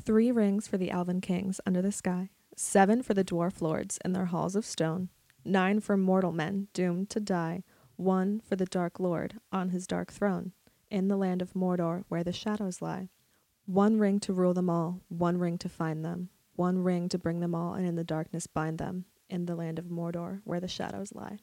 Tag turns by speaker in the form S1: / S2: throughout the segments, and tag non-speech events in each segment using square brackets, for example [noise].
S1: Three rings for the Alvin kings under the sky, seven for the dwarf lords in their halls of stone, nine for mortal men doomed to die, one for the dark lord on his dark throne, in the land of Mordor where the shadows lie. One ring to rule them all, one ring to find them, one ring to bring them all and in the darkness bind them, in the land of Mordor where the shadows lie.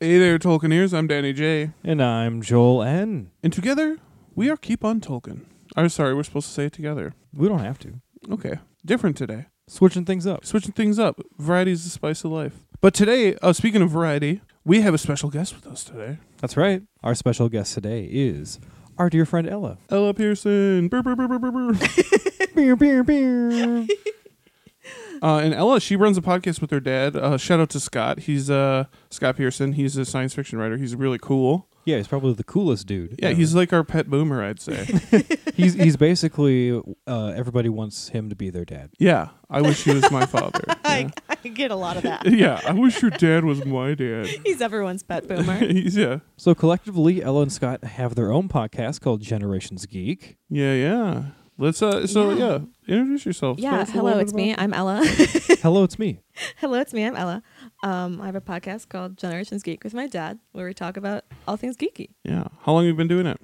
S2: Hey there, Tolkieneers. I'm Danny J.
S3: And I'm Joel N.
S2: And together, we are Keep on Tolkien. I'm sorry, we're supposed to say it together.
S3: We don't have to.
S2: Okay. Different today.
S3: Switching things up.
S2: Switching things up. Variety is the spice of life. But today, uh, speaking of variety, we have a special guest with us today.
S3: That's right. Our special guest today is our dear
S2: [laughs]
S3: friend Ella.
S2: Ella Pearson. Brr, brr, brr, brr, brr, brr.
S3: Beer, beer, beer.
S2: Uh, and Ella, she runs a podcast with her dad. Uh, shout out to Scott. He's uh, Scott Pearson. He's a science fiction writer. He's really cool.
S3: yeah, he's probably the coolest dude.
S2: Yeah,
S3: ever.
S2: he's like our pet boomer, I'd say.
S3: [laughs] he's he's basically uh, everybody wants him to be their dad.
S2: yeah, I wish he was my father. Yeah.
S1: I, [laughs] I get a lot of that.
S2: yeah, I wish your dad was my dad.
S1: [laughs] He's everyone's pet [laughs] boomer.
S2: [laughs] He's, yeah.
S3: So collectively, Ella and Scott have their own podcast called Generations
S2: [laughs]
S3: Geek.
S2: Yeah, yeah. Let's uh so yeah,
S1: Yeah.
S2: introduce yourself. Tell
S1: Yeah,
S2: us a
S1: hello,
S2: little bit
S1: it's me.
S2: about-
S1: I'm Ella.
S3: Hello, it's me.
S1: [laughs] Hello, it's me. I'm Ella. Um, I have a podcast called Generations Geek with my dad, where we talk about all things geeky.
S2: Yeah. How long have you been doing it?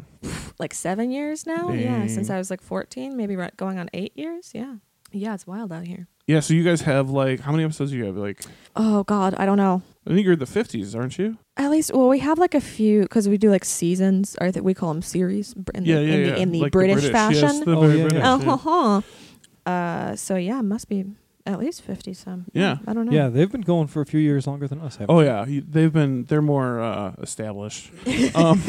S1: Like seven years now. Yeah,
S2: Dang.
S1: since I was like 14, maybe ri- going on eight years. Yeah. Yeah, it's wild out here.
S2: Yeah, so you guys have like how many episodes do you have? Like
S1: Oh, God. I don't know.
S2: I think you're in the fifties, aren't you?
S1: At least, well, we have like a few because we do like seasons, or I think we call them series br- in,
S2: yeah,
S1: the,
S2: yeah,
S1: in,
S2: yeah.
S1: The, in the
S2: Like
S1: British,
S2: Yes,
S1: fashion.
S2: [laughs] the
S3: Oh,
S2: very
S3: yeah,
S2: British,
S3: yeah.
S1: oh, huh, huh. Uh, so yeah, it must be at least 50 some.
S2: Yeah.
S1: I don't know.
S3: Yeah, they've been going for a few years longer than us. Haven't
S2: Oh yeah, you- they've been they're more uh,
S1: [laughs]
S2: established. Um,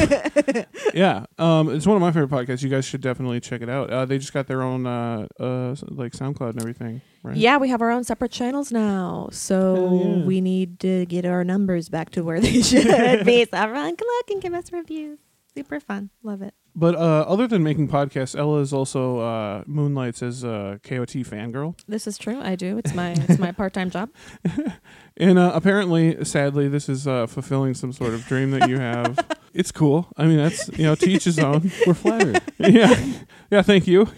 S2: yeah, um, it's one of my favorite podcasts. You guys should definitely check it out. Uh, they just got their own uh, uh, s- like SoundCloud and everything, right?
S1: Yeah, we have our own separate channels now. So
S2: Hell yeah.
S1: we need to get our numbers back to where they [laughs] should be. So everyone can look and give us reviews. Super fun. Love it.
S2: But uh, other than making podcasts, Ella is also uh, moonlights as a KOT fangirl.
S1: This is true. I do. It's my it's my part time
S2: [laughs]
S1: job.
S2: And uh, apparently, sadly, this is uh, fulfilling some sort of dream that you
S1: [laughs]
S2: have. it's cool. I mean, that's you know, to each his own.
S3: [laughs]
S2: [laughs]
S3: We're flattered.
S2: yeah, yeah.
S1: [laughs]
S2: Thank you.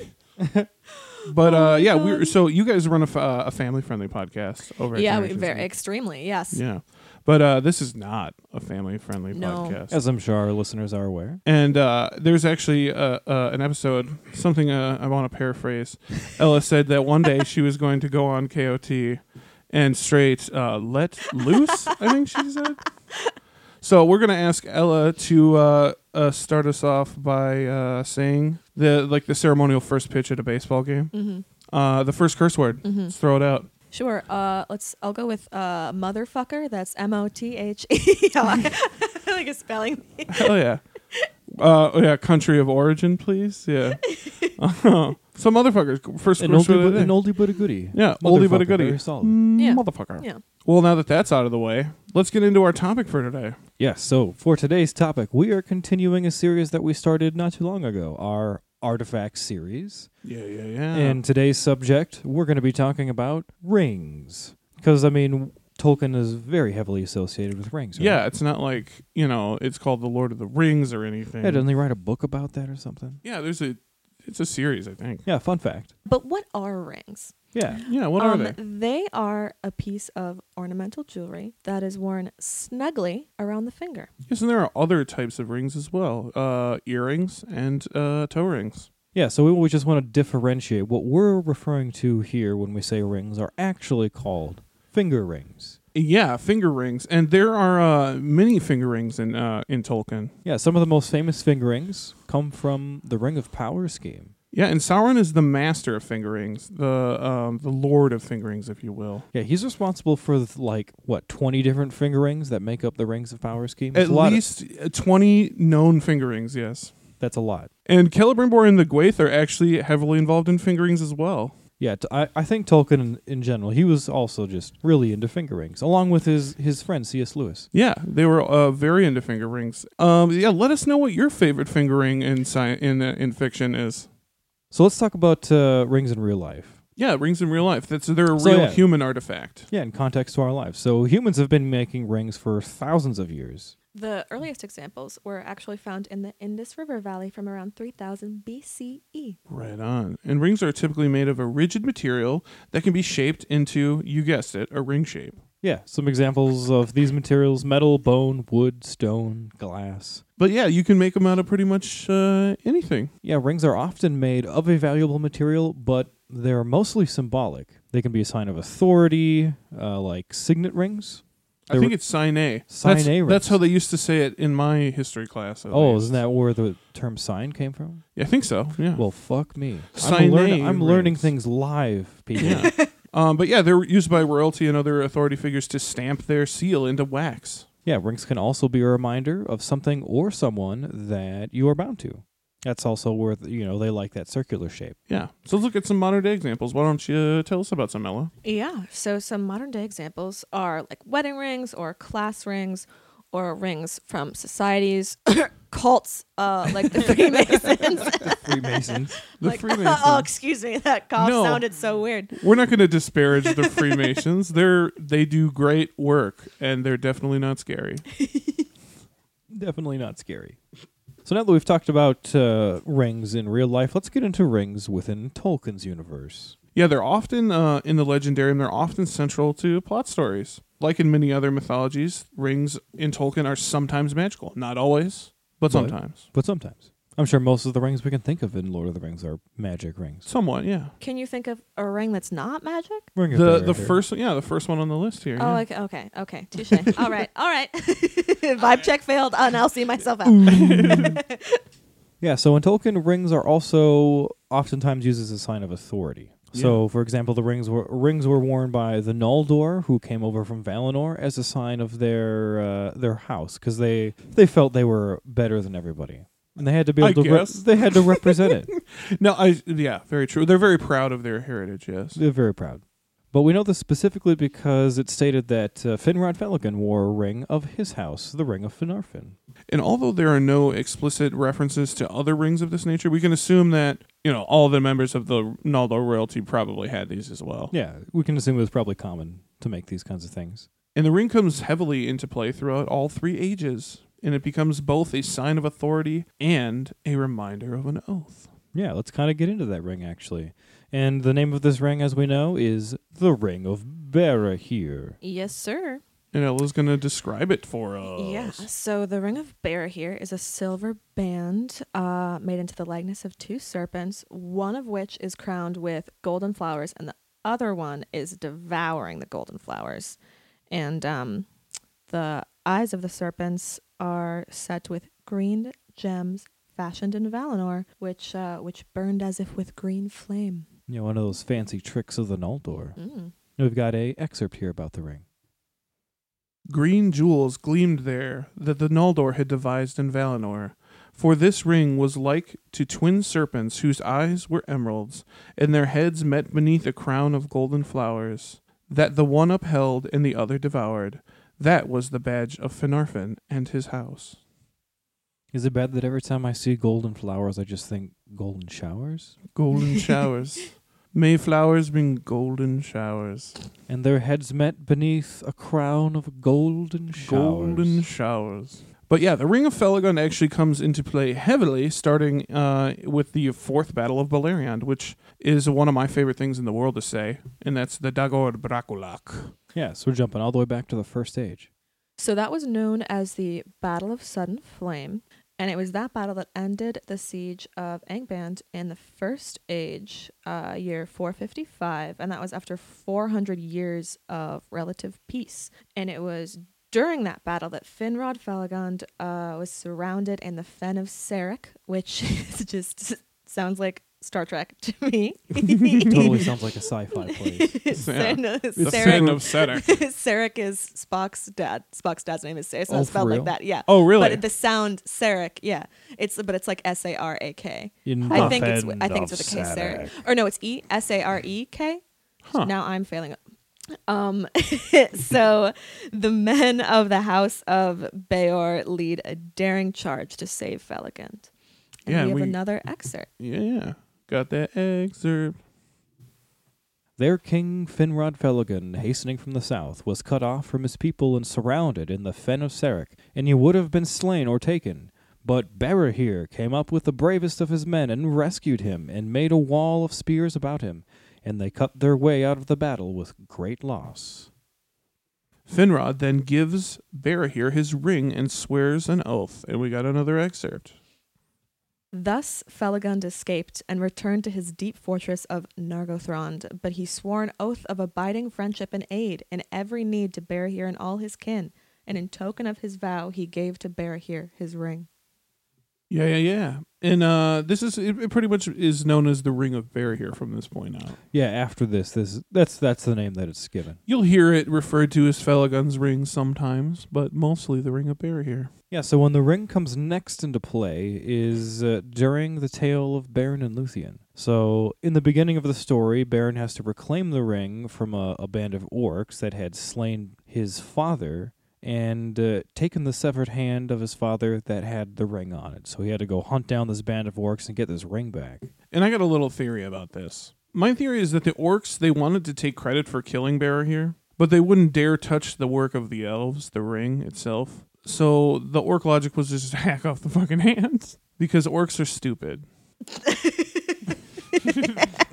S2: But
S1: Oh
S2: uh,
S1: my
S2: yeah, we
S1: God.
S2: so you guys run a, f- uh, a family-friendly podcast over. at
S1: yeah, we,
S2: Generations
S1: very
S2: Inc.
S1: extremely. Yes.
S2: Yeah, but uh, this is not a family-friendly
S1: No.
S2: podcast.
S3: As I'm sure our listeners are aware.
S2: and uh, there's actually uh, uh, an episode, something uh, I want to paraphrase. Ella said that one day she was going to go on KOT and straight uh, let loose, I think she said. So we're going to ask Ella to uh, uh, start us off by uh, saying the like the ceremonial first pitch at a baseball game.
S1: Mm-hmm.
S2: Uh, the first curse word.
S1: Mhm.
S2: Let's throw it out.
S1: Sure. Uh, let's. I'll go with uh, motherfucker. That's M O T H E R. [laughs] Like a spelling.
S2: Hell yeah. Uh, oh, yeah, country of origin, please. Yeah. [laughs] Some motherfuckers. First
S3: An
S2: curse
S3: oldie,
S2: word of
S3: but,
S2: the day.
S3: an oldie but a goodie.
S2: Yeah, oldie but a
S3: Motherfucker,
S2: goodie.
S3: very solid.
S2: Mm,
S1: Yeah.
S2: Motherfucker.
S1: Yeah.
S2: Well, now that that's out of the way, let's get into our topic for today.
S3: Yes, so for today's topic, we are continuing a series that we started not too long ago, our artifact series.
S2: Yeah, yeah, yeah.
S3: And today's subject, we're going to be talking about rings. Because, I mean, Tolkien is very heavily associated with rings. Right?
S2: yeah, it's not like, you know, it's called The Lord of the Rings or anything.
S3: Yeah, doesn't he write a book about that or something?
S2: yeah, there's a it's a series, I think.
S3: Yeah, fun fact.
S1: But what are rings?
S3: Yeah.
S2: Yeah, what
S1: Um,
S2: are they?
S1: They are a piece of ornamental jewelry that is worn snugly around the finger.
S2: Isn't there are other types of rings as well? Uh earrings and uh toe rings.
S3: Yeah, so we, we just want to differentiate. What we're referring to here when we say rings are actually called finger rings.
S2: Yeah, finger rings. And there are uh many finger rings in uh in Tolkien.
S3: Yeah, some of the most famous finger rings come from the Ring of Power scheme.
S2: Yeah, and Sauron is the master of finger rings, the um the lord of finger rings, if you will.
S3: Yeah, he's responsible for th- like what twenty different fingerings that make up the Rings of Power scheme. It's
S2: At
S3: a lot of-
S2: least uh, 20 known finger rings, yes.
S3: that's a lot.
S2: And Celebrimbor and the Gwaith are actually heavily involved in fingerings as well.
S3: Yeah, t- I, I think Tolkien in, in general, he was also just really into finger rings, along with his, his friend C.S. Lewis.
S2: Yeah, they were uh, very into finger rings. Um, yeah, let us know what your favorite finger ring in sci- in uh, in fiction is.
S3: So let's talk about uh, rings in real life.
S2: Yeah, rings in real life. That's they're a
S3: So,
S2: real
S3: yeah.
S2: human artifact.
S3: Yeah, in context to our lives. So humans have been making rings for thousands of years.
S1: The earliest examples were actually found in the Indus River Valley from around 3000 BCE.
S2: Right on. And rings are typically made of a rigid material that can be shaped into, you guessed it, a ring shape.
S3: Yeah, some examples of these materials metal, bone, wood, stone, glass.
S2: But yeah, you can make them out of pretty much uh, anything.
S3: Yeah, rings are often made of a valuable material, but they're mostly symbolic. They can be a sign of authority, uh, like signet rings.
S2: I
S3: They
S2: think
S3: were-
S2: it's sign A.
S3: Sign
S2: that's,
S3: A
S2: That's
S3: rings.
S2: how they used to say it in my history class. at
S3: Oh,
S2: least.
S3: isn't that where the term sign came from?
S2: Yeah, I think so. Yeah.
S3: Well, fuck me.
S2: Hmm. Sign
S3: I'm, learn-
S2: A
S3: I'm learning
S2: rings.
S3: things live,
S2: [laughs]
S3: people.
S2: yeah.
S1: [laughs]
S2: um, but yeah, they're used by royalty and other authority figures to stamp their seal into wax.
S3: [laughs] Yeah, rings can also be a reminder of something or someone that you are bound to. That's also worth, you know, they like that circular shape.
S2: Yeah. So let's look at some modern day examples. Why don't you tell us about some, Ella?
S1: Yeah, so some modern day examples are like wedding rings or class rings or rings from societies, [coughs] cults uh, like the Freemasons.
S3: Freemasons.
S2: The
S1: Like, [laughs]
S2: [laughs] Freemasons.
S1: oh, excuse me, that cough
S2: No.
S1: sounded so weird.
S2: We're not going to disparage the Freemasons. They're they do great work and they're definitely not scary.
S3: Definitely not scary. So now that we've talked about uh, rings in real life, let's get into rings within Tolkien's universe.
S2: Yeah, they're often uh, in the legendarium. They're often central to plot stories. Like in many other mythologies, rings in Tolkien are sometimes magical. Not always, but
S3: But-
S2: sometimes.
S3: But sometimes. I'm sure most of the rings we can think of in Lord of the Rings are magic rings.
S2: Somewhat, yeah.
S1: Can you think of a ring that's not magic?
S3: Ring of
S2: The the
S3: Barad-dûr.
S2: first, yeah, the first one on the list here. yeah.
S1: Oh, okay, okay, okay. Touche. all right, all right. [laughs] Vibe check failed. I'll now see myself out.
S3: Yeah, so in Tolkien, rings are also oftentimes used as a sign of authority. So, for example, the rings were rings were worn by the Noldor, who came over from Valinor, as a sign of their uh, their house, because they they felt they were better than everybody, and they had to be
S2: I
S3: able to re-
S2: guess.
S3: they had to represent
S2: [laughs]
S3: it.
S2: No, I yeah, very true. They're very proud of their heritage. Yes.
S3: They're very proud. But we know this specifically because it stated that uh, Finrod Felagund wore a ring of his house, the Ring of Finarfin.
S2: And although there are no explicit references to other rings of this nature, we can assume that you know all the members of the Noldor royalty probably had these as well.
S3: Yeah, we can assume it was probably common to make these kinds of things.
S2: And the ring comes heavily into play throughout all three ages, and it becomes both a sign of authority and a reminder of an oath.
S3: Yeah, let's kind of get into that ring actually. And the name of this ring, as we know, is the Ring of Barahir.
S1: yes, sir.
S2: And Ella's going to describe it for us.
S1: Yeah. So the ring of bear here is a silver band uh, made into the likeness of two serpents, one of which is crowned with golden flowers, and the other one is devouring the golden flowers. And um, the eyes of the serpents are set with green gems fashioned in Valinor, which uh, which burned as if with green flame.
S3: You know, one of those fancy tricks of the Noldor.
S1: Mm.
S3: We've got a excerpt here about the ring.
S2: Green jewels gleamed there that the Noldor had devised in Valinor. For this ring was like to twin serpents whose eyes were emeralds, and their heads met beneath a crown of golden flowers, that the one upheld and the other devoured. That was the badge of Finarfin and his house.
S3: Is it bad that every time I see golden flowers, I just think golden showers?
S1: [laughs]
S2: Golden showers. May flowers bring golden showers.
S3: And their heads met beneath a crown of golden showers.
S2: Golden showers. But yeah, the Ring of Felagund actually comes into play heavily, starting uh, with the Fourth Battle of Beleriand, which is one of my favorite things in the world to say, and that's the Dagor Braculak.
S3: yeah, so we're jumping all the way back to the
S1: [laughs]
S3: first age.
S1: So that was known as the Battle of Sudden Flame, and it was that battle that ended the siege of Angband in the First Age, uh, year 455, and that was after 400 years of relative peace. And it was during that battle that Finrod Falagond [laughs] uh, was surrounded in the Fen of Sarek, which is just sounds like Star Trek to me.
S3: [laughs]
S2: [laughs]
S3: totally sounds like
S1: [laughs]
S3: a sci-fi place.
S1: Sarah,
S2: The
S1: Sarah,
S2: sin
S1: [laughs]
S2: of Sedek.
S1: Sarek is Spock's dad. Spock's dad's name is Sarek, so
S3: Oh,
S1: it's
S3: for
S1: spelled
S3: real?
S1: like that. Yeah.
S2: Oh, really?
S1: But the sound Sarek, yeah. It's but it's like S A R A K.
S3: In
S1: I
S3: the
S1: think it's with- I
S3: fend
S1: think it's
S3: of
S1: with a K Sarek.
S3: Sarek.
S1: Or no, it's E S A R E K.
S2: Huh.
S1: Now I'm failing it. Um [laughs] so the men of the house of Bayor lead a daring charge to save Feligant. And
S2: Yeah,
S1: we have
S2: we-
S1: another excerpt.
S2: Yeah. Got that excerpt.
S3: Their king Finrod Felagund, hastening from the south, was cut off from his people and surrounded in the fen of Sarek, and he would have been slain or taken. But Berahir came up with the bravest of his men and rescued him, and made a wall of spears about him, and they cut their way out of the battle with great loss.
S2: Finrod then gives Barahir his ring and swears an oath, and we got another excerpt.
S1: Thus Felagund escaped and returned to his deep fortress of Nargothrond, but he swore an oath of abiding friendship and aid in every need to Barahir and all his kin, and in token of his vow he gave to Barahir his ring.
S2: Yeah, yeah, yeah. And uh, this is it, it pretty much is known as the Ring of Barahir from this point out.
S3: Yeah, after this, this that's that's the name that it's given.
S2: You'll hear it referred to as Felagund's ring sometimes, but mostly the Ring of Barahir.
S3: Yeah, so when the ring comes next into play is uh, during the tale of Baron and Luthien. So, in the beginning of the story, Baron has to reclaim the ring from a, a band of orcs that had slain his father and uh, taken the severed hand of his father that had the ring on it. So, he had to go hunt down this band of orcs and get this ring back.
S2: And I got a little theory about this. My theory is that the orcs they wanted to take credit for killing Barahir, but they wouldn't dare touch the work of the elves, the ring itself. So the orc logic was just [laughs] hack off the fucking hands because orcs are stupid.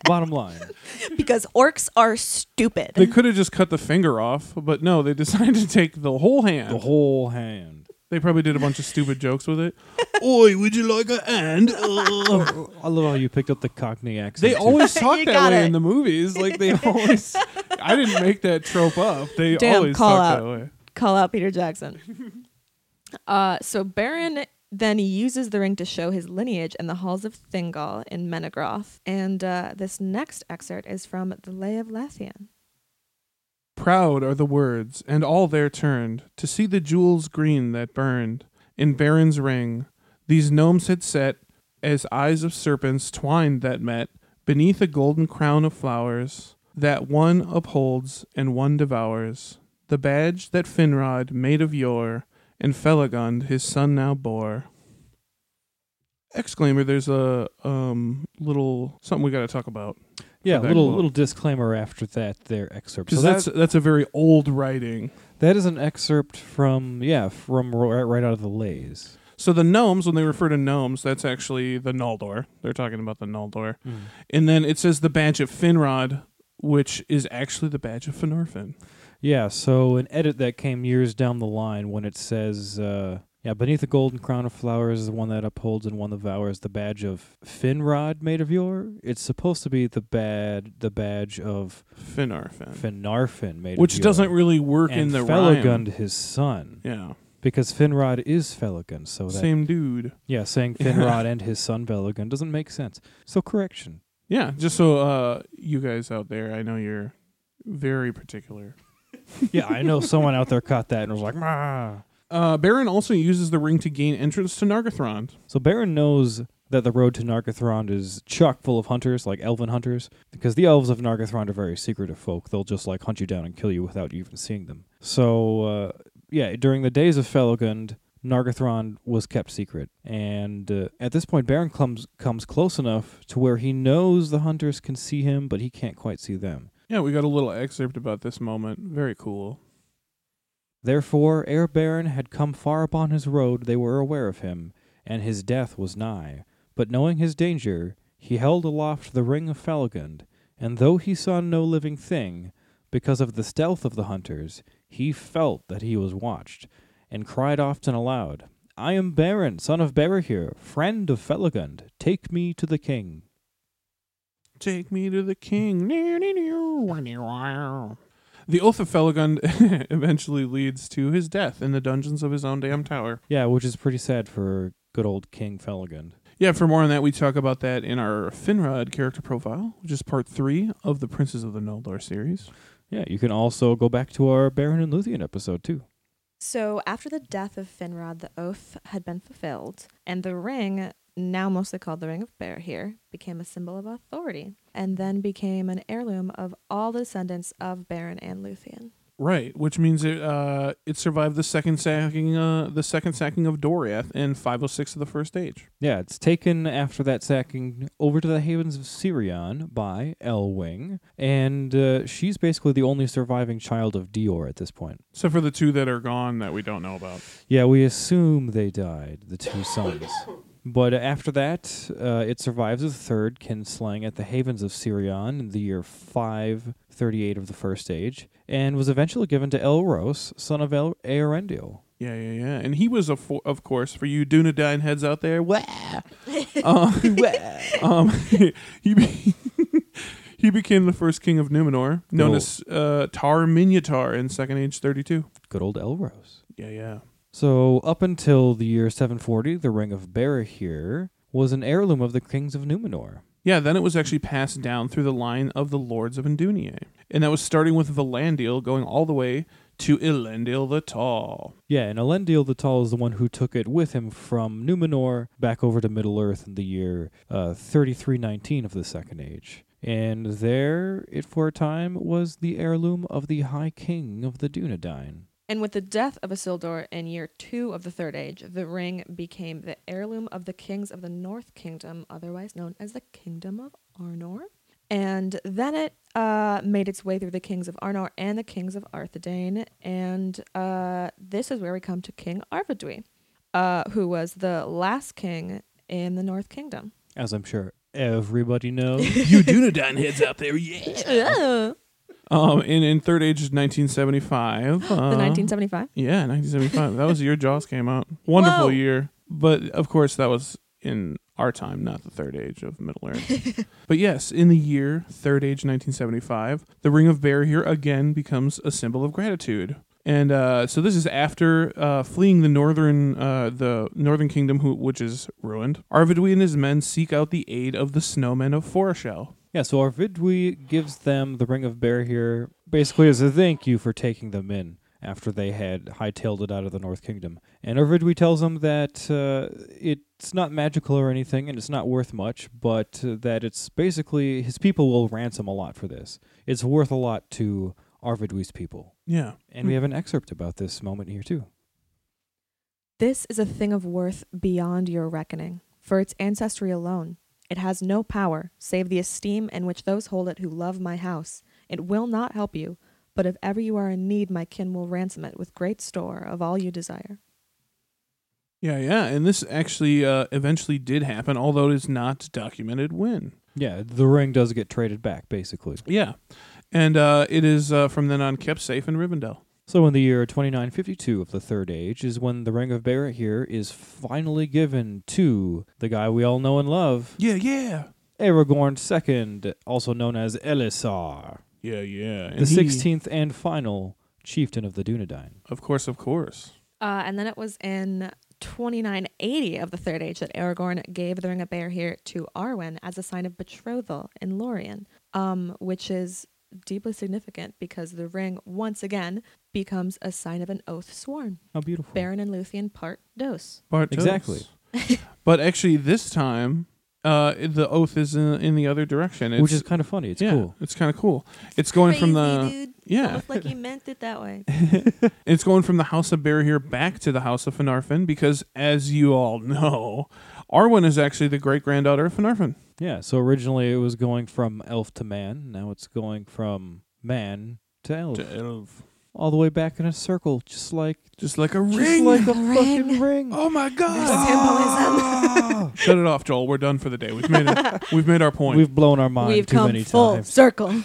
S3: Bottom line.
S1: [laughs] Because orcs are stupid.
S2: They could have just cut the finger off, but no, they [laughs] decided to take the whole hand.
S3: The whole hand.
S2: they probably did a bunch of stupid jokes
S1: [laughs]
S2: with it. Oi, would you like a hand? Uh.
S3: Oh, [laughs] I love how you picked up the Cockney
S2: [laughs]
S3: accent.
S2: They
S3: too.
S2: always
S1: [laughs]
S2: talk
S1: You
S2: that
S1: got
S2: way
S1: it.
S2: in the movies.
S1: [laughs]
S2: Like they always. I didn't make that trope up. They
S1: Damn,
S2: always
S1: call
S2: talk
S1: out.
S2: that way.
S1: Call out Peter Jackson. [laughs] uh, so Baron then uses the ring to show his lineage in the halls of Thingol in Menegroth. And uh, this next excerpt is from The Lay of Lathian.
S2: Proud are the words, and all there turned to see the jewels green that burned in Baron's ring. These gnomes had set as eyes of serpents twined that met beneath a golden crown of flowers that one upholds and one devours. The badge that Finrod made of yore and Felagund his son now bore. Exclaimer, there's a um little something we got to talk about.
S3: Yeah,
S2: Back
S3: little
S2: up.
S3: little disclaimer after that their excerpt. So
S2: Because that's that's a very old writing.
S3: That is an excerpt from yeah from ro- right, right out of the Lays.
S2: So the gnomes, when they refer to gnomes, that's actually the Noldor. They're talking about the Noldor. And then it says the badge of Finrod, which is actually the badge of Finarfin.
S3: Yeah, so an edit that came years down the line when it says uh, yeah beneath the golden crown of flowers is the one that upholds and one that devours the badge of Finrod made of yore. It's supposed to be the bad the badge of
S2: Finarfin.
S3: Finarfin made
S2: which
S3: of
S2: doesn't
S3: yore,
S2: really work
S3: and
S2: in the
S3: Felagund
S2: rhyme.
S3: his son
S2: Yeah.
S3: because Finrod is Felagund. So that
S2: Same dude. [laughs]
S3: yeah saying Finrod and his son Felagund doesn't make sense. So correction.
S2: Yeah, just so uh, you guys out there, I know you're very particular.
S3: yeah, I know someone out there caught that and was like, "Mah."
S2: Uh, Baron also uses the ring to gain entrance to Nargothrond.
S3: So Baron knows that the road to Nargothrond is chock full of hunters, like elven hunters, because the elves of Nargothrond are very secretive folk. They'll just like hunt you down and kill you without you even seeing them. So uh, yeah, during the days of Felagund, Nargothrond was kept secret, and uh, at this point, Baron comes comes close enough to where he knows the hunters can see him, but he can't quite see them.
S2: Yeah, we got a little excerpt about this moment. Very cool.
S3: Therefore, ere Baron had come far upon his road, they were aware of him, and his death was nigh. But knowing his danger, he held aloft the ring of Falagund, and though he saw no living thing, because of the stealth of the hunters, he felt that he was watched, and cried often aloud, I am Baron, son of Berahir, friend of Felagund, take me to the king.
S2: Take me to the king. The oath of Felagund [laughs] eventually leads to his death in the dungeons of his own damn tower.
S3: Yeah, which is pretty sad for good old King Felagund.
S2: Yeah, for more on that, we talk about that in our Finrod character profile, which is part three of the Princes of the Noldor series.
S3: Yeah, you can also go back to our Baron and Luthien episode too.
S1: So, after the death of Finrod, the oath had been fulfilled, and the ring, now mostly called the Ring of Bear here, became a symbol of authority and then became an heirloom of all the descendants of Baron and Luthien.
S2: Right, which means it uh, it survived the second sacking uh, the second sacking of Doriath in 506 of the First Age.
S3: Yeah, it's taken after that sacking over to the Havens of Sirion by Elwing, and uh, she's basically the only surviving child of Dior at this point.
S2: So for the two that are gone that we don't know about.
S3: Yeah, we assume they died, the two sons. But after that, uh, it survives a third kinslaying at the Havens of Sirion in the year 538 of the First Age, and was eventually given to Elros, son of El- Earendil.
S2: Yeah, yeah, yeah. And he was, a fo- of course, for you Dunedain heads out there, wah! um, [laughs] um, he, be- [laughs] he became the first king of Numenor, known
S3: Cool.
S2: as uh, Tar Minyatar in Second Age 32.
S3: Good old Elros.
S2: Yeah, yeah.
S3: So up until the year 740, the Ring of Barahir was an heirloom of the kings of Numenor.
S2: Yeah, then it was actually passed down through the line of the Lords of Endunier. And that was starting with Valandil going all the way to Elendil the Tall.
S3: Yeah, and Elendil the Tall is the one who took it with him from Numenor back over to Middle Earth in the year uh, 3319 of the Second Age. And there, it for a time was the heirloom of the High King of the Dunedain.
S1: And with the death of Isildur in year two of the Third Age, the ring became the heirloom of the kings of the North Kingdom, otherwise known as the Kingdom of Arnor. And then it uh, made its way through the kings of Arnor and the kings of Arthedain. And uh, this is where we come to King Arvedui, uh, who was the last king in the North Kingdom.
S3: As I'm sure everybody knows.
S2: [laughs] you Dunedain heads out there, yeah! Um, and in Third Age uh, is 1975.
S1: the 1975.
S2: Yeah, 1975. that was the year Jaws came out. Wonderful
S1: Whoa.
S2: year. But of course, that was in our time, not the third age of Middle Earth. but yes, in the year Third Age 1975, the Ring of Bear here again becomes a symbol of gratitude. And uh, so this is after uh, fleeing the northern uh, the northern kingdom, who, which is ruined. Arvidui and his men seek out the aid of the snowmen of Foreshell.
S3: Yeah, so Arvidwi gives them the Ring of Bear here basically as a thank you for taking them in after they had hightailed it out of the North Kingdom. And Arvidwi tells them that uh, it's not magical or anything and it's not worth much, but uh, that it's basically his people will ransom a lot for this. It's worth a lot to Arvidwi's people.
S2: Yeah,
S3: And we have an excerpt about this moment here, too.
S1: This is a thing of worth beyond your reckoning, for its ancestry alone. It has no power, save the esteem in which those hold it who love my house. It will not help you, but if ever you are in need, my kin will ransom it with great store of all you desire.
S2: yeah, yeah. And this actually uh, eventually did happen, although it is not documented when.
S3: Yeah, the ring does get traded back, basically.
S2: Yeah, and uh, it is uh, from then on kept safe in Rivendell.
S3: So, in the year 2952 of the Third Age, is when the Ring of Barrett here is finally given to the guy we all know and love,
S2: Yeah, yeah,
S3: Aragorn II, also known as Elisar,
S2: yeah, yeah.
S3: the 16th and final chieftain of the Dunedain.
S2: of course, of course.
S1: Uh, and then it was in 2980 of the Third Age that Aragorn gave the Ring of Bear here to Arwen as a sign of betrothal in Lorien, um, which is deeply significant because the ring once again becomes a sign of an oath sworn.
S3: How beautiful.
S1: Baron and Luthien part dos.
S2: Bart
S3: Exactly.
S2: Totes. [laughs] but actually, this time, uh, the oath is in, in the other direction, it's,
S3: Which is kind of funny. It's
S2: yeah,
S3: cool.
S2: It's kind of cool. It's going from the yeah,
S1: like he meant it that way.
S2: it's going from the House of Barahir back to the House of Finarfin because, as you all know, Arwen is actually the great granddaughter of Finarfin.
S3: Yeah, so originally it was going from elf to man. Now it's going from man to elf.
S2: To e- elf.
S3: all the way back in a circle, just like,
S2: Just like a
S3: just
S2: ring.
S3: like a
S1: Ring.
S3: fucking ring.
S2: oh my god!
S3: Ah!
S2: Shut it off, Joel. We're done for the day. We've made
S1: [laughs]
S2: it. We've made our point.
S3: We've blown our mind
S1: We've
S3: too
S1: come
S3: many
S1: full
S3: times.
S1: circle.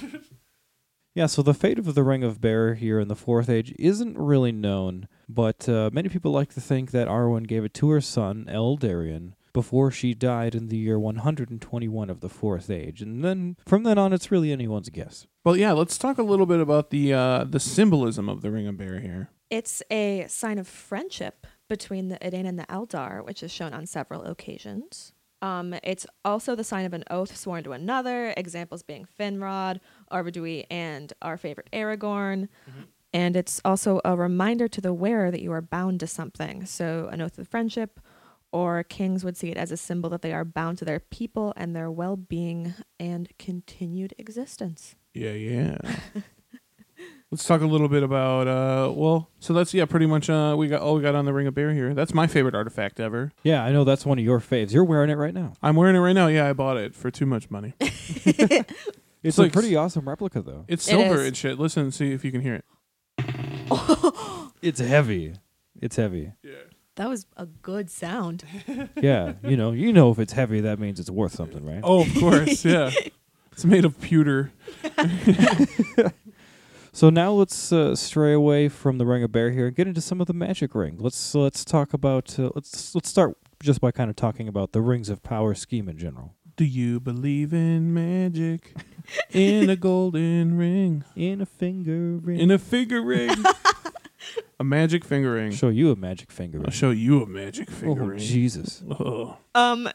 S3: Yeah, so the fate of the Ring of Bearer here in the Fourth Age isn't really known, but uh, many people like to think that Arwen gave it to her son, Eldarion, before she died in the year 121 of the Fourth Age. And then from then on, it's really anyone's guess.
S2: Well, yeah, let's talk a little bit about the uh, the symbolism of the Ring of Bear here.
S1: It's a sign of friendship between the Edain and the Eldar, which is shown on several occasions. Um, it's also the sign of an oath sworn to another, examples being Finrod, Arbidui, and our favorite Aragorn. And it's also a reminder to the wearer that you are bound to something. So, an oath of friendship, or kings would see it as a symbol that they are bound to their people and their well being and continued existence.
S2: Yeah, yeah.
S1: [laughs]
S2: Let's talk a little bit about uh well, so that's yeah, pretty much uh we got all we got on the Ring of Bear here. That's my favorite artifact ever.
S3: Yeah, I know that's one of your faves. You're wearing it right now.
S2: I'm wearing it right now. Yeah, I bought it for too
S1: [laughs]
S2: much money.
S3: It's,
S2: like-
S3: a pretty awesome replica, though.
S2: It's
S1: It
S2: silver
S1: is.
S2: and shit. Listen, and see if you can hear it.
S3: It's heavy. It's heavy.
S2: Yeah.
S1: That was a good sound.
S3: Yeah, you know, you know, if it's heavy, that means it's worth something, right?
S2: Oh, of
S1: [laughs]
S2: course, yeah. It's made of pewter.
S3: So now let's uh, stray away from the Ring of Bear here and get into some of the magic rings. Let's let's talk about uh, let's let's start just by kind of talking about the rings of power scheme in general.
S2: Do you believe
S1: [laughs]
S2: in magic? In a golden ring.
S3: In a finger ring,
S2: In a finger ring. a magic finger ring.
S3: show you a magic finger
S2: I'll
S3: ring.
S2: show you a magic finger
S3: Oh
S2: ring. Oh.
S3: Jesus!
S2: Ugh.
S1: Um,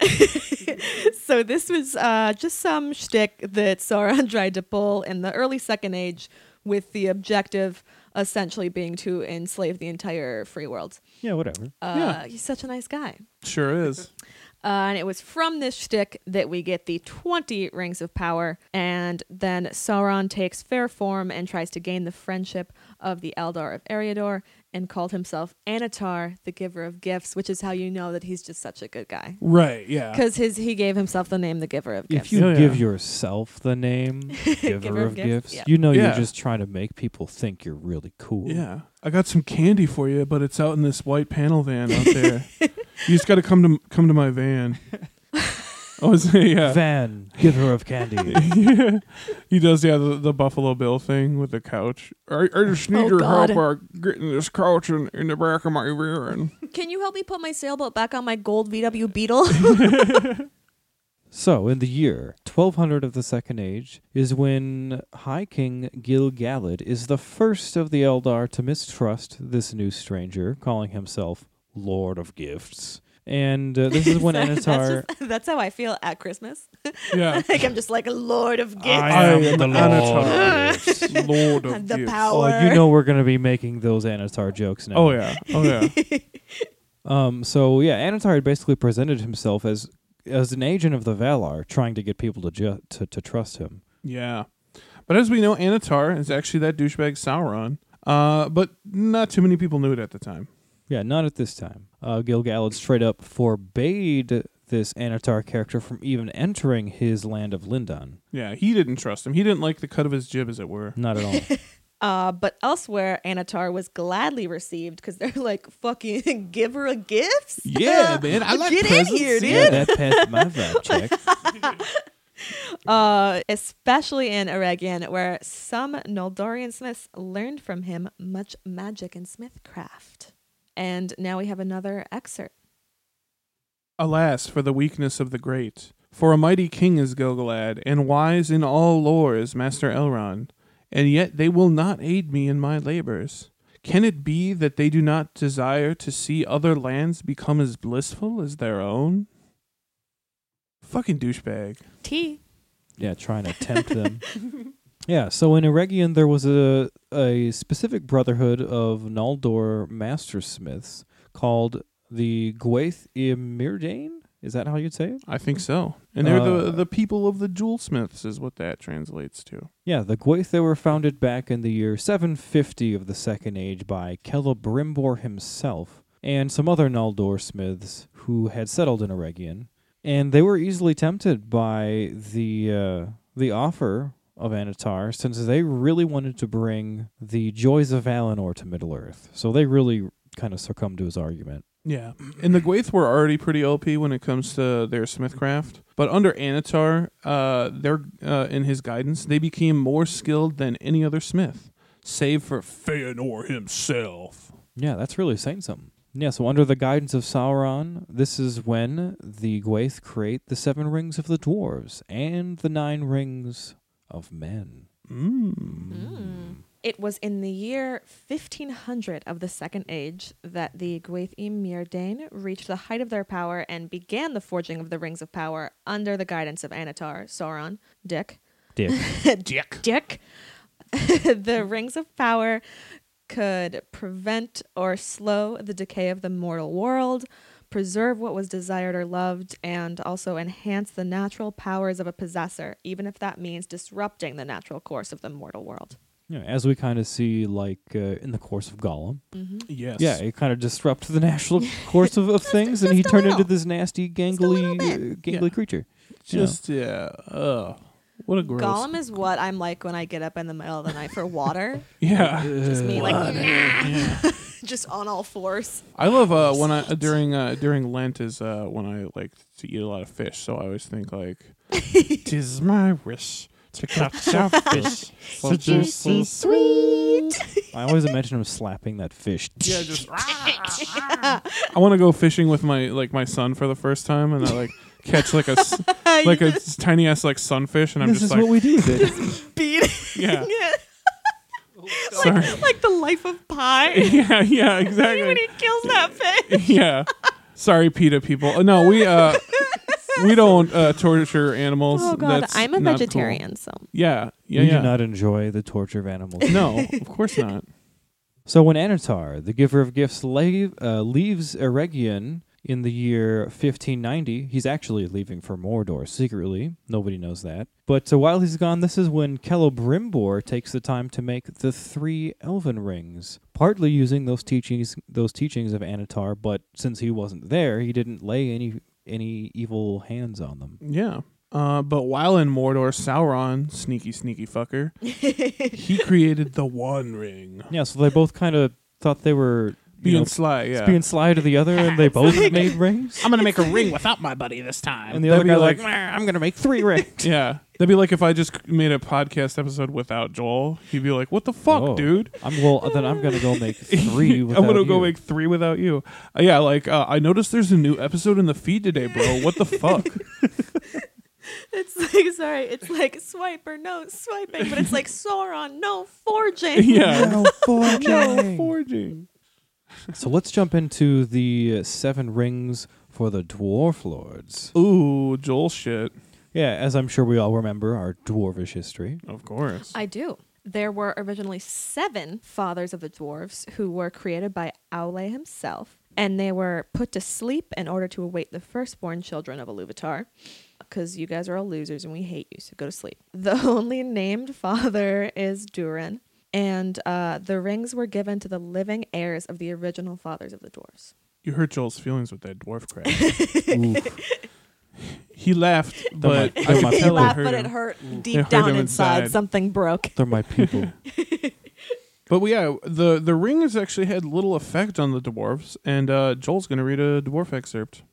S1: so this was uh, just some shtick that [laughs] Sauron tried to pull in the early Second Age, with the objective essentially being to enslave the entire free world.
S3: Yeah, whatever.
S1: Uh,
S2: Yeah.
S1: He's such a nice guy.
S2: Sure is.
S1: Uh, and it was from this shtick that we get the 20 rings of power. And then Sauron takes fair form and tries to gain the friendship of the Eldar of Eriador and called himself Anatar, the giver of gifts, which is how you know that he's just such a good guy.
S2: Right, yeah.
S1: Because his he gave himself the name the giver of gifts.
S3: If you
S2: Oh, yeah.
S3: give yourself
S1: [laughs]
S3: the name giver,
S1: Giver
S3: of
S1: of gifts,
S3: gifts,
S1: yeah.
S3: you know
S2: Yeah.
S3: you're just trying to make people think you're really cool.
S2: Yeah. I got some candy for you, but it's out in this white panel van out
S1: [laughs]
S2: there. you just got to come to come to my van. I was yeah.
S3: Van, giver of candy.
S2: [laughs] yeah. He does, yeah, the, the Buffalo Bill thing with the couch. I, I just need
S1: [laughs] Oh,
S2: your
S1: God.
S2: help uh, getting this couch in, in the back of my rear end.
S1: Can you help me put my sailboat back on my gold VW
S3: [laughs]
S1: Beetle?
S3: So, in the year 1200 of the Second Age is when High King Gil-galad is the first of the Eldar to mistrust this new stranger, calling himself Lord of Gifts. And uh, this is
S1: [laughs]
S3: when
S1: That's
S3: Anatar.
S1: just- that's how I feel at Christmas. [laughs]
S2: Yeah.
S1: like I'm just like a lord of gifts.
S2: [laughs] I am the Anatar.
S3: of Gifts.
S2: Lord
S1: [laughs]
S2: of
S1: The
S2: gifts.
S1: power.
S3: Oh, you know we're going to be making those Anatar jokes now.
S2: Oh, yeah. Oh, yeah.
S1: [laughs]
S3: Um, so yeah, Anatar had basically presented himself as as an agent of the Valar, trying to get people to ju- to, to trust him.
S2: Yeah. But as we know, Anatar is actually that douchebag Sauron. Uh, but not too many people knew it at the time.
S3: Yeah, not at this time. Uh, Gil-galad straight up forbade this Anatar character from even entering his land of Lindon.
S2: Yeah, he didn't trust him. He didn't like the cut of his jib, as
S1: [laughs]
S2: it were.
S3: Not at all.
S1: Uh, but elsewhere, Anatar was gladly received because they're like, fucking [laughs] give her a gift?
S3: [laughs]
S2: Yeah, man, I like
S1: Get
S2: presents.
S1: in here, dude.
S3: yeah, that passed my vibe check.
S1: Uh, especially in Eregion, where some Noldorian smiths learned from him much magic and smithcraft. And now we have another excerpt.
S2: Alas for the weakness of the great! For a mighty king is Gilgalad, and wise in all lore is Master Elrond, and yet they will not aid me in my labors. Can it be that they do not desire to see other lands become as blissful as their own? Fucking douchebag.
S1: T.
S3: Yeah, trying to tempt them.
S1: [laughs]
S3: Yeah, so in Eregion there was a a specific brotherhood of Naldor mastersmiths called the Gwaith Imirdain. Is that how you'd say it?
S2: I think so. And they're
S3: Uh,
S2: the the people of the jewelsmiths is what that translates to.
S3: Yeah, the Gwaith they were founded back in the year 750 of the Second Age by Celebrimbor himself and some other Naldor smiths who had settled in Eregion, and they were easily tempted by the uh, the offer of Anatar since they really wanted to bring the joys of Valinor to Middle Earth. So they really kind of succumbed to his argument.
S2: Yeah. And the Gwaith were already pretty OP when it comes to their smithcraft. But under Anatar, uh, their, uh, in his guidance, they became more skilled than any other smith, save for Feanor himself.
S3: Yeah, that's really saying something. Yeah, so under the guidance of Sauron, this is when the Gwaith create the seven rings of the dwarves and the nine rings of men.
S1: Hmm.
S2: Mm.
S1: It was in the year 1500 of the Second Age that the Gwaith y Myrdain reached the height of their power and began the forging of the Rings of Power under the guidance of Anatar, Sauron, Dick, [laughs]
S3: Dick.
S2: Dick.
S1: Dick. [laughs] the rings of power could prevent or slow the decay of the mortal world, preserve what was desired or loved, and also enhance the natural powers of a possessor, even if that means disrupting the natural course of the mortal world.
S3: You know, as we kind of see, like uh, in the course of Gollum.
S1: Mm.
S2: Yes.
S3: Yeah, it kind of disrupted the natural course of, of things, and he
S1: just a
S3: turned into
S1: little.
S3: this nasty, gangly, uh, gangly
S2: Yeah.
S1: [laughs]
S3: creature. you know.
S2: Just yeah. Ugh. What a gross.
S1: Gollum is what I'm like when I get up in the middle of the night for water.
S2: Yeah.
S3: Uh,
S1: Just me, like, [laughs] just on all fours.
S2: I love uh, when I during uh, during Lent is uh, when I like to eat a lot of fish. So I always think
S3: [laughs]
S2: like, "Tis my wish to catch a fish, so juicy, sweet."
S3: I always imagine him slapping that fish. [laughs]
S2: Yeah, just. I want to go fishing with my like my son for the first time, and I like catch like a
S3: [laughs]
S2: s-
S1: [laughs]
S2: like a tiny ass like sunfish, and I'm
S3: this is
S2: just like,
S3: what
S2: [laughs]
S3: we do. Then.
S1: Beating
S2: yeah,
S1: it. [laughs]
S2: sorry,
S1: like the life of
S2: [laughs]
S1: Pi.
S2: yeah, yeah, exactly,
S3: [laughs]
S1: when he kills that fish.
S2: yeah. Sorry, PETA people. Uh, No, we uh, we don't uh, torture [laughs] animals.
S1: Oh god,
S2: That's
S1: I'm a
S2: not cool.
S1: vegetarian, so
S2: Yeah, yeah,
S3: you
S2: yeah.
S3: do not enjoy the torture of animals.
S2: No,
S4: [laughs]
S2: of course not.
S3: So when Anatar, the giver of gifts, lave, uh, leaves Eregion in the year 1590, he's actually leaving for Mordor secretly. Nobody knows that. But uh, while he's gone, this is when Celebrimbor takes the time to make the three Elven rings, partly using those teachings those teachings of Anatar. But since he wasn't there, he didn't lay any any evil hands on them.
S2: Yeah. Uh, but while in Mordor, Sauron, sneaky, sneaky fucker,
S4: [laughs]
S2: he created the One Ring.
S3: Yeah, so they both kind of thought they were you
S2: Being
S3: know,
S2: sly, yeah.
S3: being sly to the other, and
S2: [laughs]
S3: they both made rings.
S4: I'm gonna make a ring without my buddy this time.
S3: And the other
S2: That'd be
S3: guy
S2: like-
S3: like, "Meh, I'm gonna make three [laughs] rings.
S2: Yeah. That'd be like if I just made a podcast episode without Joel. He'd be like, what the fuck,
S3: Whoa.
S2: dude?
S3: I'm well. Then I'm gonna go [laughs] make three.
S2: I'm
S3: Without
S2: going to go
S3: you.
S2: make three without you. Uh, yeah, like, uh, I noticed there's a new episode in the feed today, bro. What
S3: [laughs]
S2: the fuck?
S1: it's like sorry, it's like swipe or no swiping, but it's
S2: [laughs]
S1: like Sauron, no forging.
S2: yeah.
S3: [laughs] No
S2: No
S3: forging.
S2: forging.
S3: so let's jump into the uh, seven rings for the dwarf lords.
S2: Ooh, Joel shit.
S3: Yeah, as I'm sure we all remember our dwarvish history.
S2: Of course.
S1: I do. There were originally seven fathers of the dwarves who were created by Aule himself, and they were put to sleep in order to await the firstborn children of Iluvatar, because you guys are all losers and we hate you, so go to sleep. [laughs] The only named father is Durin, and uh, the rings were given to the living heirs of the original fathers of the dwarves.
S2: you hurt Joel's feelings with that dwarf
S1: [laughs]
S2: crap.
S3: Oof.
S2: he laughed, but
S3: my-
S2: I
S3: they're
S2: could
S3: my
S2: tell
S1: He
S2: it
S3: pillow.
S1: laughed,
S2: hurt
S1: but it
S2: him.
S1: hurt
S2: It
S1: deep
S2: hurt
S1: down
S2: him
S1: inside.
S2: inside.
S1: Something broke.
S3: They're my [laughs] people.
S2: But we- yeah, the the ring has actually had little effect on the dwarves, and uh, Joel's gonna read a dwarf excerpt.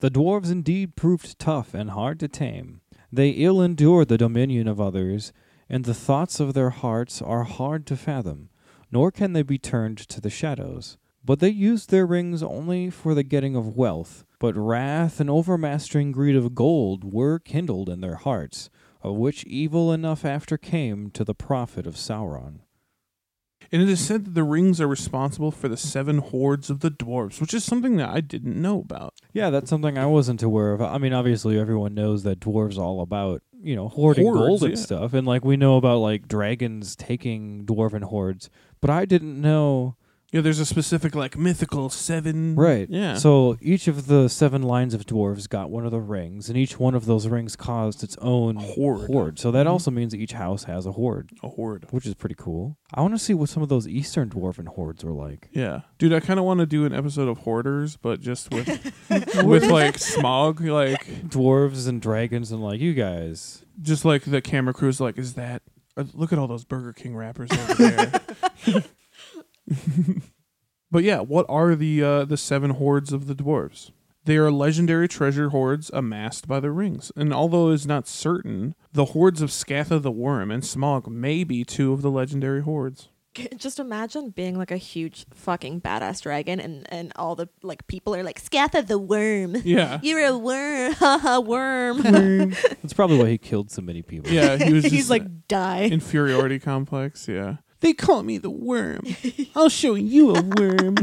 S3: The dwarves indeed proved tough and hard to tame. They ill endure the dominion of others, and the thoughts of their hearts are hard to fathom, nor can they be turned to the shadows. But they used their rings only for the getting of wealth, but wrath and overmastering greed of gold were kindled in their hearts, of which evil enough after came to the profit of Sauron.
S2: And it is said that the rings are responsible for the seven hordes of the dwarves, which is something that I didn't know about.
S3: Yeah, that's something I wasn't aware of. I mean, obviously everyone knows that dwarves all about, you know, hoarding
S2: Hordes,
S3: gold
S2: yeah.
S3: and stuff and like we know about like dragons taking dwarven hordes, but I didn't know
S2: Yeah, there's a specific like mythical seven.
S3: Right.
S2: Mm-hmm. Yeah.
S3: So each of the seven lines of dwarves got one of the rings and each one of those rings caused its own
S2: Horde.
S3: So
S2: Mm-hmm.
S3: that also means each house has a horde,
S2: a horde.
S3: which is pretty cool. I want to see what some of those eastern dwarven hordes were like.
S2: Yeah, dude, I kind of want to do an episode of hoarders, but just
S1: [laughs]
S2: with with like smog, like
S3: Dwarves and dragons and like you guys.
S2: just like the camera crew's like, is that? uh, Look at all those Burger King wrappers over there. [laughs] but yeah, what are the uh, the seven hordes of the dwarves? They are legendary treasure hoards amassed by the rings, and although it is not certain, the hordes of Scatha the Worm and Smog may be two of the legendary hordes.
S1: C- Just imagine being like a huge fucking badass dragon, and and all the like people are like Scatha the worm.
S2: Yeah. [laughs]
S1: You're a worm, [laughs] haha, worm.
S3: That's probably why he killed so many people.
S2: Yeah, he [laughs]
S1: [laughs]
S2: was
S1: He's
S2: just
S1: like
S2: uh,
S1: die.
S2: inferiority complex. Yeah, they call me the worm. I'll show you a worm.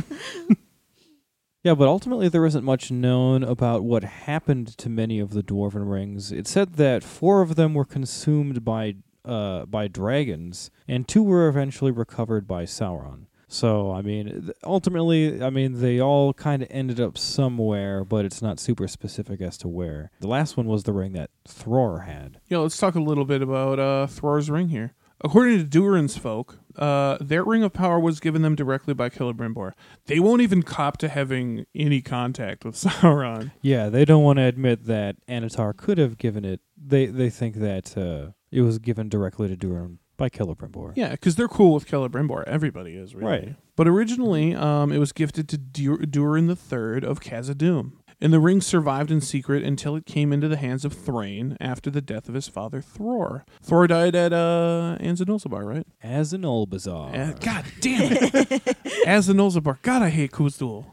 S3: Yeah, but ultimately there isn't much known about what happened to many of the dwarven rings. It said that four of them were consumed by uh, by dragons, and two were eventually recovered by Sauron. So, I mean, th- ultimately, I mean, they all kind of ended up somewhere, but it's not super specific as to where. The last one was the ring that Thror had.
S2: Yeah, let's talk a little bit about uh, Thror's ring here. According to Durin's folk, uh, their ring of power was given them directly by Celebrimbor. They won't even cop to having any contact with [laughs] Sauron.
S3: Yeah, they don't want to admit that Anatar could have given it. They they think that uh, it was given directly to Durin by Celebrimbor.
S2: Yeah, because they're cool with Celebrimbor. Everybody is, really.
S3: Right.
S2: But originally, um, it was gifted to Dur- Durin the Third of Khazad-dûm, and the ring survived in secret until it came into the hands of Thrain after the death of his father Thror. Thror died at uh, Anzanulzabar, right?
S3: As an Olbazar.
S2: Uh, God
S1: [laughs]
S2: damn it! Anzanulzabar. God, I hate Kuzdul.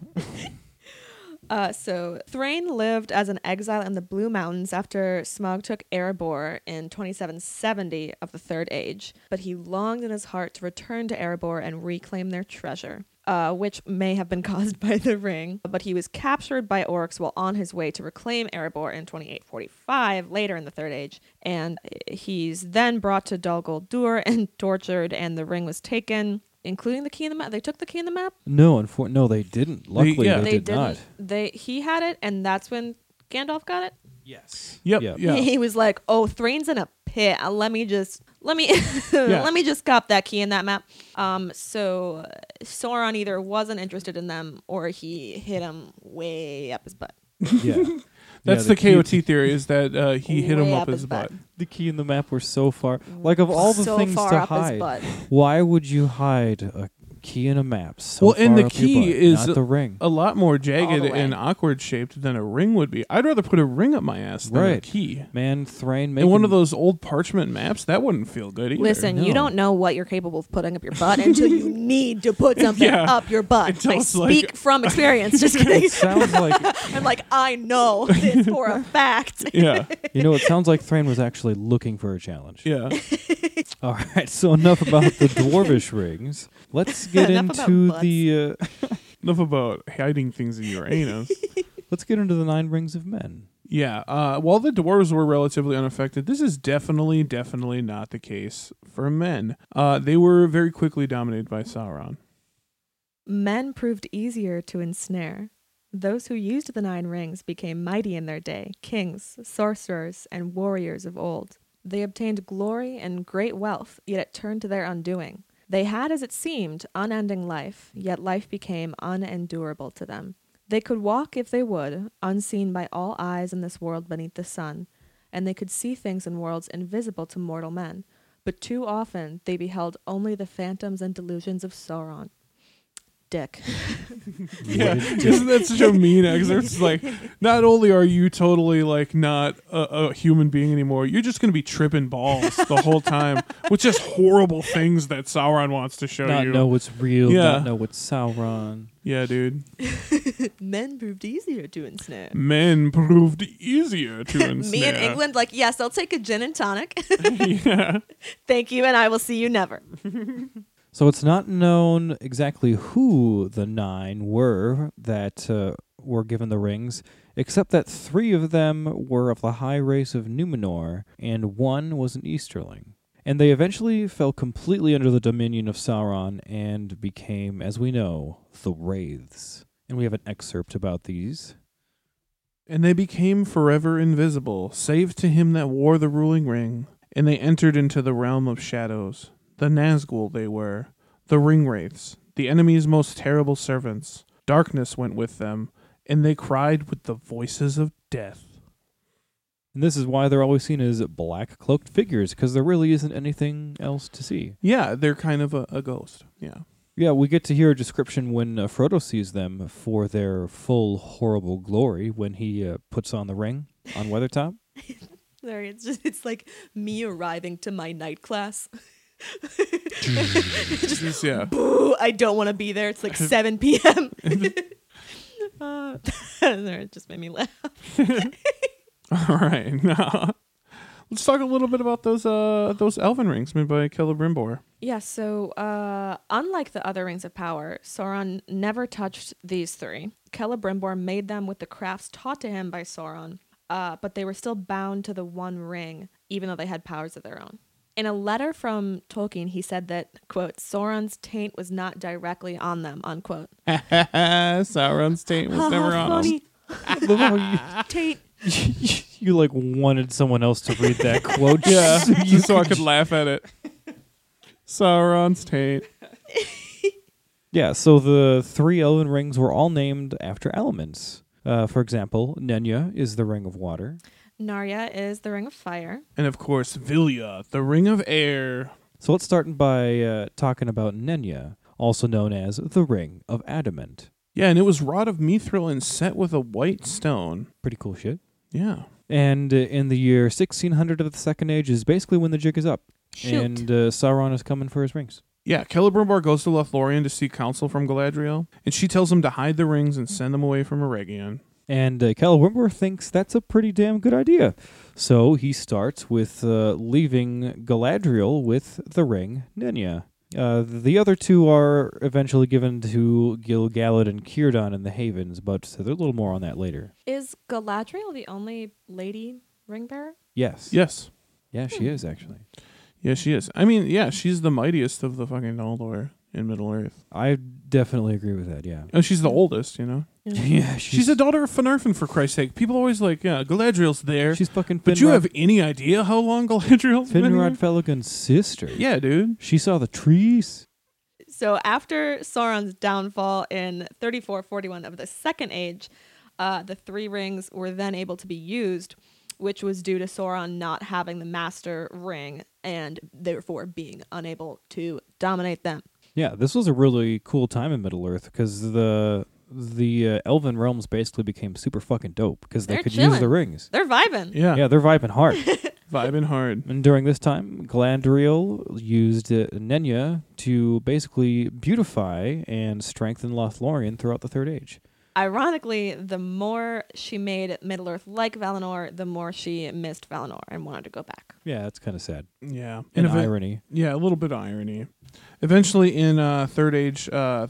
S1: Uh, so Thrain lived as an exile in the Blue Mountains after Smog took Erebor in 2770 of the Third Age, but he longed in his heart to return to Erebor and reclaim their treasure. Uh, which may have been [laughs] caused by the ring, but he was captured by orcs while on his way to reclaim Erebor in 2845, later in the Third Age, and uh, he's then brought to Dol Guldur and tortured, and the ring was taken, including the key in the map. They took the key in the map.
S3: No, unfor- no, they didn't. Luckily,
S2: yeah.
S3: they,
S1: they
S3: did
S1: didn't.
S3: not.
S1: They he had it, and that's when Gandalf got it. [laughs]
S3: Yes.
S2: Yep.
S3: Yep.
S2: [laughs] Yeah.
S1: He was like, "Oh, Thrain's in a pit. Uh, Let me just let me [laughs] let me just cop that key in that map." Um, so uh, Sauron either wasn't interested in them, or he hit him way up his butt.
S3: yeah.
S2: That's
S3: Yeah,
S2: the, KOT
S3: Key,
S2: theory is that uh, he hit him
S1: Way
S2: up, his butt.
S3: the key and the map were so far. Like of all the
S1: so
S3: things
S1: far
S3: to
S1: up his
S3: hide, [laughs]
S1: butt.
S3: why would you hide a key and a map? So
S2: Well, and
S3: far
S2: the
S3: up your
S2: key
S3: butt,
S2: is
S3: not the ring.
S2: A lot more
S1: All
S2: jagged
S1: the way.
S2: and awkward shaped than a ring would be. I'd rather put a ring up my ass than a
S3: Right.
S2: key.
S3: Man, Thrain
S2: And
S3: making
S2: one of those old parchment maps that wouldn't feel good either.
S1: Listen, you
S3: No.
S1: don't know what you're capable of putting up your butt until
S3: [laughs]
S1: you need to put something
S2: Yeah.
S1: up your butt.
S2: Until
S1: I
S2: it's like-
S1: speak
S3: [laughs]
S1: from experience. Just kidding.
S2: [laughs]
S3: It sounds like
S1: I'm like, I know this for
S3: [laughs]
S1: a fact.
S2: [laughs] Yeah,
S3: you know. It sounds like Thrain was actually looking for a challenge.
S2: yeah.
S3: All right, so enough about the dwarvish rings. Let's
S1: [laughs]
S3: get
S1: Enough about
S3: into
S1: butts.
S3: the uh,
S2: Enough about hiding things
S1: [laughs]
S2: in Uranus.
S3: let's get into the nine rings of men.
S2: yeah. Uh, while the dwarves were relatively unaffected, this is definitely, definitely not the case for men. Uh, they were very quickly dominated by Sauron.
S1: Men proved easier to ensnare. Those who used the nine rings became mighty in their day, kings, sorcerers, and warriors of old. They obtained glory and great wealth, yet it turned to their undoing. They had, as it seemed, unending life, yet life became unendurable to them. They could walk if they would, unseen by all eyes in this world beneath the sun, and they could see things in worlds invisible to mortal men, but too often they beheld only the phantoms and delusions of Sauron. Dick.
S2: Yeah, isn't that such a mean excerpt? It's like, not only are you totally like not a, a human being anymore, you're just going to be tripping balls the whole time with just horrible things that Sauron wants to show
S3: Not
S2: you.
S3: know what's real.
S2: Yeah.
S3: Not know what's Sauron.
S2: Yeah, dude.
S1: Men proved easier to ensnare.
S2: Men proved easier to ensnare.
S1: Me in England, like, yes, I'll take a gin and tonic. [laughs]
S2: [laughs] yeah.
S1: Thank you, and I will see you never.
S3: So it's not known exactly who the nine were that uh, were given the rings, except that three of them were of the high race of Numenor, and one was an Easterling. And they eventually fell completely under the dominion of Sauron and became, as we know, the Wraiths. And we have an excerpt about these.
S2: And they became forever invisible, save to him that wore the ruling ring. And they entered into the realm of shadows. The Nazgul they were, the ring wraiths, the enemy's most terrible servants. Darkness went with them, and they cried with the voices of death.
S3: And this is why they're always seen as black cloaked figures, because there really isn't anything else to see.
S2: Yeah, they're kind of a, a ghost. Yeah.
S3: Yeah, we get to hear a description when uh, Frodo sees them for their full horrible glory when he uh, puts on the ring on Weathertop.
S1: [laughs] Sorry, it's just it's like me arriving to my night class.
S2: [laughs] Just, yeah. [laughs]
S1: Boo! I don't want to be there. It's like 7 p.m. [laughs] uh, [laughs] it just made me laugh.
S2: All right. [laughs] Now, let's talk a little bit about those uh those elven rings made by Celebrimbor.
S1: Yeah, so uh, unlike the other Rings of Power, Sauron never touched these three. Celebrimbor made them with the crafts taught to him by Sauron, uh, but they were still bound to the One Ring, even though they had powers of their own. In a letter from Tolkien, he said that, quote, Sauron's taint was not directly on them, unquote.
S2: Uh, Sauron's taint [laughs] was
S1: [laughs]
S2: never on. him.
S1: funny.
S3: Love how you,
S2: [laughs]
S1: Taint.
S3: you like wanted someone else to read that quote.
S2: Yeah,
S3: so you
S2: just so I could laugh at it. Sauron's taint.
S3: Yeah, so the three elven rings were all named after elements. Uh, for example, Nenya is the ring of water.
S1: Narya is the Ring of Fire.
S2: And of course, Vilya, the ring of air.
S3: So let's start by uh, talking about Nenya, also known as the ring of adamant.
S2: Yeah, and it was wrought of mithril and set with a white stone.
S3: Pretty cool shit.
S2: Yeah.
S3: And uh, in the year 1600 of the Second Age is basically when the jig is up.
S1: Shoot.
S3: And uh, Sauron is coming for his rings.
S2: Yeah, Celebrimbor goes to Lothlorien to seek counsel from Galadriel, and she tells him to hide the rings and send them away from Eregion.
S3: And uh, Celebrimbor thinks that's a pretty damn good idea. So he starts with uh, leaving Galadriel with the ring Nenya. Uh, the other two are eventually given to Gilgalad and Círdan in the Havens, but there's a little more on that later.
S1: Is Galadriel the only lady ring bearer?
S2: [laughs]
S3: Yes.
S2: Yes.
S3: Yeah, she is actually.
S2: Yeah, she is. I mean, yeah, she's the mightiest of the fucking Noldor in Middle Earth.
S3: I definitely agree with that. Yeah.
S2: And she's the oldest, you know?
S3: [laughs] yeah.
S2: She's, a daughter of Finarfin, for Christ's sake. People always like, yeah, Galadriel's there.
S3: she's fucking.
S2: but you
S3: Finrod-
S2: have any idea how long Galadriel's been
S3: Finrod
S2: here?
S3: Felagund's sister.
S2: Yeah, dude.
S3: She saw the trees.
S1: So after Sauron's downfall in 3441 of the Second Age, uh, the Three Rings were then able to be used, which was due to Sauron not having the Master Ring and therefore being unable to dominate them.
S3: Yeah, this was a really cool time in Middle Earth because the the uh, Elven realms basically became super fucking dope because they
S1: They're
S3: could use the
S1: chillin'.
S3: rings.
S1: They're vibing.
S2: Yeah.
S3: Yeah, they're vibing hard.
S2: Vibing hard.
S3: and during this time, Galadriel used uh, Nenya to basically beautify and strengthen Lothlorien throughout the Third Age.
S1: Ironically, the more she made Middle Earth like Valinor, the more she missed Valinor and wanted to go back.
S3: Yeah, that's kind of sad.
S2: Yeah.
S3: And
S2: if it-
S3: irony.
S2: Yeah, a little bit of irony. Eventually, in uh, Third Age uh,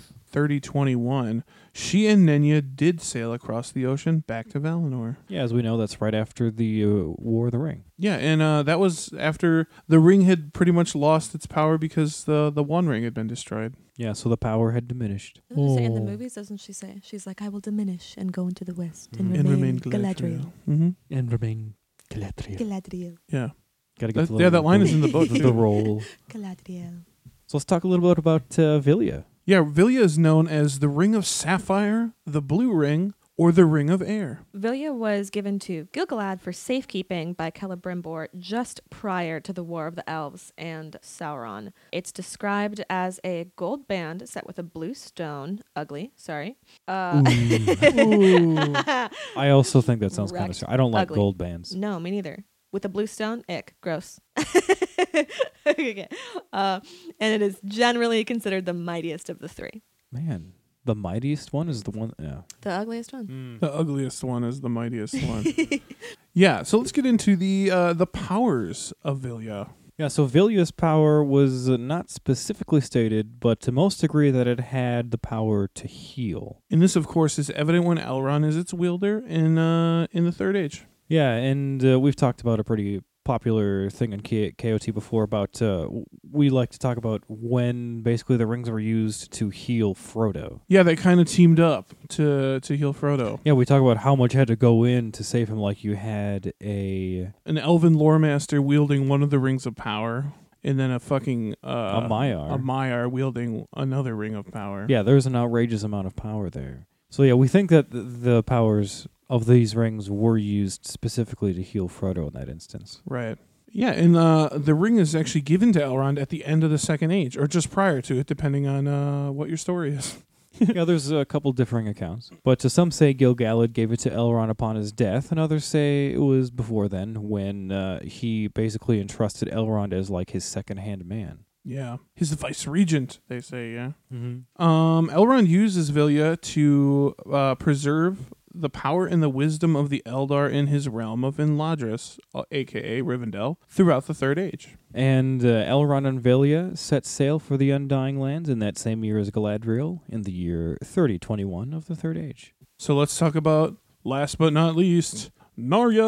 S2: 3021, she and Nenya did sail across the ocean back to Valinor.
S3: Yeah, as we know, that's right after the uh, War of the Ring.
S2: Yeah, and uh, that was after the ring had pretty much lost its power because the, the One Ring had been destroyed.
S3: Yeah, so the power had diminished.
S1: In the
S3: Oh.
S1: movies, doesn't she say? She's like, I will diminish and go into the west and,
S3: and Mhm.
S2: Mm. And
S1: remain,
S2: remained Galadriel. hmm
S3: and remain Galadriel.
S1: Galadriel.
S2: Yeah.
S3: Gotta
S2: That-
S3: get the
S2: yeah, that line is in the
S3: [laughs]
S2: book,
S3: The,
S2: too.
S3: the role.
S1: Galadriel.
S3: So let's talk a little bit about uh, Vilya.
S2: Yeah, Vilya is known as the Ring of Sapphire, the Blue Ring, or the Ring of Air.
S1: Vilya was given to Gilgalad for safekeeping by Celebrimbor just prior to the War of the Elves and Sauron. It's described as a gold band set with a blue stone, ugly, sorry, uh, [laughs]
S3: I also think that sounds kind of
S1: Wrecked.
S3: strange. I don't like
S1: Ugly.
S3: gold bands.
S1: No, me neither. With a blue stone? Ick. Gross. [laughs] okay. uh, and it is generally considered the mightiest of the three.
S3: Man, the mightiest one is the one. Yeah.
S1: The ugliest one.
S2: The ugliest one is the mightiest one. [laughs]
S3: Hmm.
S1: [laughs]
S2: yeah, so let's get into the uh, the powers of Vilya.
S3: Yeah. So Vilya's power was uh, not specifically stated, but to most agree that it had the power to heal.
S2: And this, of course, is evident when Elrond is its wielder in uh, in the Third Age.
S3: Yeah, and uh, we've talked about a pretty popular thing on K- KOT before about uh, w- we like to talk about when basically the rings were used to heal Frodo.
S2: Yeah, they kind of teamed up to to heal Frodo.
S3: Yeah, we talk about how much had to go in to save him, like you had a
S2: An elven lore master wielding one of the rings of power, and then a fucking uh,
S3: a Maiar.
S2: a Maiar wielding another ring of power.
S3: Yeah, there's an outrageous amount of power there. So yeah, we think that th- the powers of these rings were used specifically to heal Frodo in that instance.
S2: Right. Yeah, and uh, the ring is actually given to Elrond at the end of the Second Age, or just prior to it, depending on uh, what your story is.
S3: yeah, there's a couple differing accounts, but to some say Gilgalad gave it to Elrond upon his death, and others say it was before then when uh, he basically entrusted Elrond as like his second-hand man.
S2: Yeah. He's the vice regent, they say, yeah.
S3: Mm-hmm.
S2: Um, Elrond uses Vilya to uh, preserve the power and the wisdom of the Eldar in his realm of Enladris, uh, aka Rivendell, throughout the Third Age.
S3: And uh, Elrond and Velia set sail for the Undying Lands in that same year as Galadriel, in the year 3021 of the Third Age.
S2: So let's talk about, last but not least, Narya.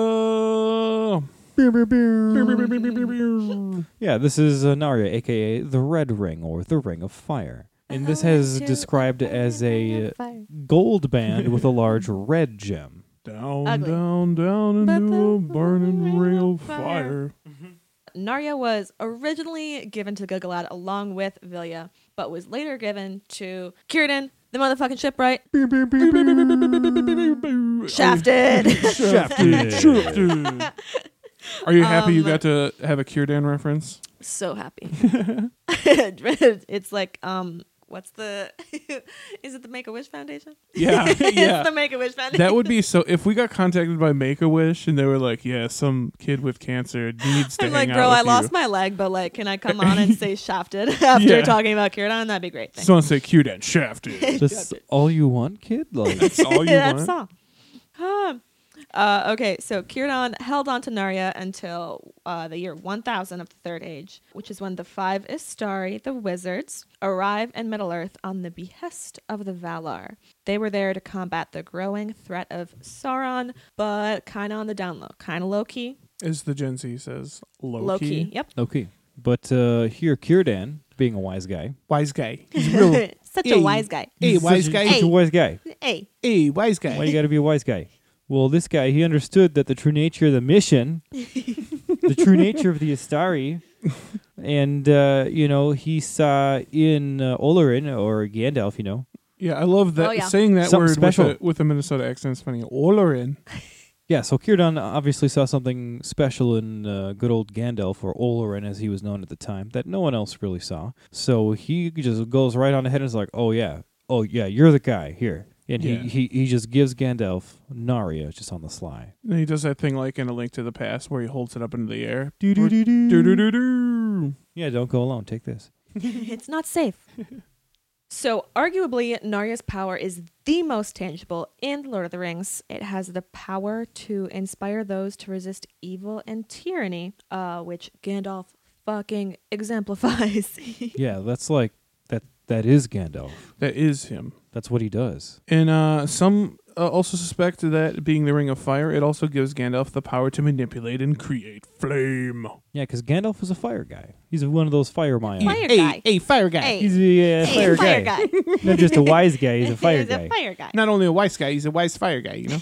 S3: Yeah, this is uh, Narya, aka the Red Ring or the Ring of Fire. And this
S1: Oh,
S3: has described as a uh, gold band with a large red gem.
S2: Down,
S1: Ugly.
S2: down, down
S1: But
S2: into a
S1: the
S2: burning ring of
S1: fire.
S2: fire.
S1: Narya was originally given to Gilgalad along with Vilya, but was later given to Círdan, the motherfucking shipwright, shafted.
S2: [laughs] Shafted. Shafted. Are you happy you
S1: Um,
S2: got to have a Círdan reference?
S1: so
S2: [laughs]
S1: happy. [laughs] it's like um, what's the? [laughs] is it the Make a Wish Foundation? [laughs]
S2: Yeah, yeah.
S1: it's the Make a Wish Foundation.
S2: that would be so. If we got contacted by Make a Wish and they were like, "Yeah, some kid with cancer needs
S1: [laughs]
S2: to
S1: I'm [laughs] like,
S2: hang out
S1: bro,
S2: with
S1: I lost
S2: you."
S1: my leg, but like, can I
S2: [laughs]
S1: come on and say shafted [laughs] after
S2: Yeah.
S1: talking about Círdan? That'd be great. Thanks.
S2: [laughs] Someone say Círdan
S3: [laughs]
S2: shafted.
S3: That's all you want, kid?
S2: [laughs]
S3: Like,
S1: [laughs]
S2: That's all you
S1: That's
S2: want.
S1: all. Huh. Uh, okay, so Círdan held on to Narya until uh, the year 1000 of the Third Age, which is when the five Istari, the wizards, arrive in Middle Earth on the behest of the Valar. They were there to combat the growing threat of Sauron, but kind of on the down low, kind of low key,
S2: As the Gen Z says, low,
S1: low
S2: key.
S1: key. Yep,
S3: okay. But uh, here, Círdan, being a wise guy,
S4: Wise guy.
S1: [laughs] such a
S4: Hey.
S1: wise guy.
S4: Hey, wise guy.
S3: he's a wise guy.
S1: Hey,
S4: Hey, wise guy.
S3: Why you got to be a wise guy? Well, this guy, he understood that the true nature of the mission, the true nature of the Istari, and, uh, you know, he saw in uh, Olorin, or Gandalf, you know,
S2: Yeah, I love that.
S1: Oh, yeah.
S2: Saying that
S3: Something
S2: word
S3: special.
S2: With, a, with a Minnesota accent is funny. Oh, Olorin.
S3: Yeah, so Círdan obviously saw something special in uh, good old Gandalf or Olorin, as he was known at the time, that no one else really saw. So he just goes right on ahead and is like, "Oh yeah, oh yeah, you're the guy here." And
S2: Yeah.
S3: he, he he just gives Gandalf Narya just on the sly.
S2: And he does that thing like in A Link to the Past where he holds it up into the air.
S3: Do-do-do-do. Yeah, don't go alone. Take this.
S1: it's not safe. [laughs] so, arguably, Narya's power is the most tangible in Lord of the Rings. It has the power to inspire those to resist evil and tyranny, uh, which Gandalf fucking exemplifies. [laughs]
S3: Yeah, that's like that. That is Gandalf.
S2: That is him.
S3: That's what he does.
S2: And uh, some uh, also suspect that being the Ring of Fire, it also gives Gandalf the power to manipulate and create flame.
S3: Yeah, because Gandalf was a fire guy. He's one of those fire Maya.
S1: Fire
S4: Hey,
S1: guy.
S4: hey, fire guy.
S1: Hey.
S3: He's a uh,
S1: Hey,
S3: fire, guy. Not just a wise guy.
S1: [laughs]
S3: He's a fire
S1: He's
S3: guy.
S1: a fire guy.
S4: Not only a wise guy, he's a wise fire guy, you know?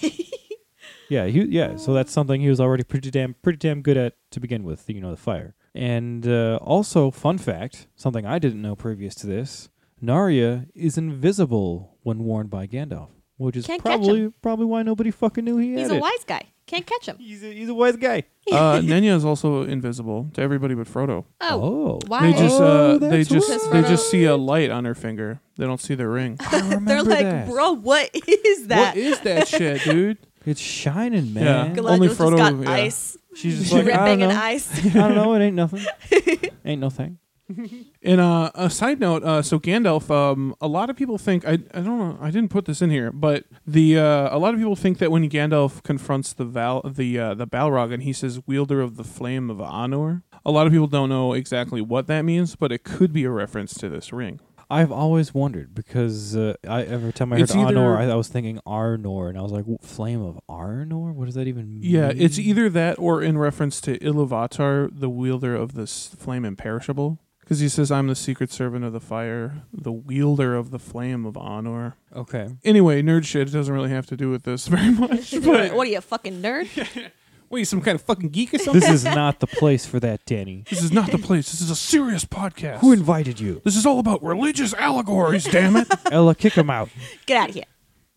S3: Yeah, he, yeah. So that's something he was already pretty damn pretty damn good at to begin with. You know, the fire. And uh, also, fun fact: something I didn't know previous to this. Narya is invisible when worn by Gandalf, which is
S1: Can't catch
S3: probably probably why nobody fucking knew he
S1: He's
S3: had
S1: a
S3: it.
S1: wise guy. Can't catch him.
S3: He's a, he's a
S1: [laughs]
S3: wise guy.
S2: uh, Nenya is also invisible to everybody but Frodo.
S1: Oh,
S3: Oh,
S1: why?
S2: They just uh,
S3: Oh,
S2: they
S3: that's
S2: just
S1: right.
S2: they just see a light on her finger. They don't see the ring.
S3: I remember
S1: They're like,
S3: that.
S1: bro, what [laughs] is that?
S2: What is that shit, dude?
S3: it's shining,
S2: Yeah.
S3: man.
S2: Good
S1: Galadriel
S2: Only
S1: just
S2: Frodo,
S1: got
S2: yeah.
S1: ice, [laughs]
S3: She's just like, I don't
S1: dripping in
S3: know. [laughs]
S1: ice.
S3: I don't know. It
S2: [laughs]
S3: ain't nothing. ain't no thing.
S2: And uh, a side note, uh, so Gandalf, um, a lot of people think I, I don't know, I didn't put this in here, but the uh, a lot of people think that when Gandalf confronts the Val, the uh, the Balrog, and he says wielder of the flame of Anor, a lot of people don't know exactly what that means, but it could be a reference to this ring.
S3: I've always wondered because uh, I every time I heard
S2: It's either-
S3: Arnor, I, I was thinking Arnor, and I was like, "Wh- "Flame of Arnor? What does that even mean?"
S2: Yeah,
S3: Mm.
S2: it's either that or in reference to Iluvatar, the wielder of the s- flame imperishable, because he says, "I'm the secret servant of the fire, the wielder of the flame of Anor."
S3: okay.
S2: Anyway, nerd shit doesn't really have to do with this [laughs]
S4: [laughs]
S2: very much. But
S1: what are you, a fucking nerd?
S4: What, you some kind of fucking geek or something?
S3: this is not the place for
S2: [laughs]
S3: that, Danny.
S2: This [laughs] is not the place. This is a serious podcast.
S3: Who invited you?
S2: this is all about
S4: [laughs]
S2: religious allegories, damn it.
S3: [laughs] Ella, kick him out.
S1: Get out of here.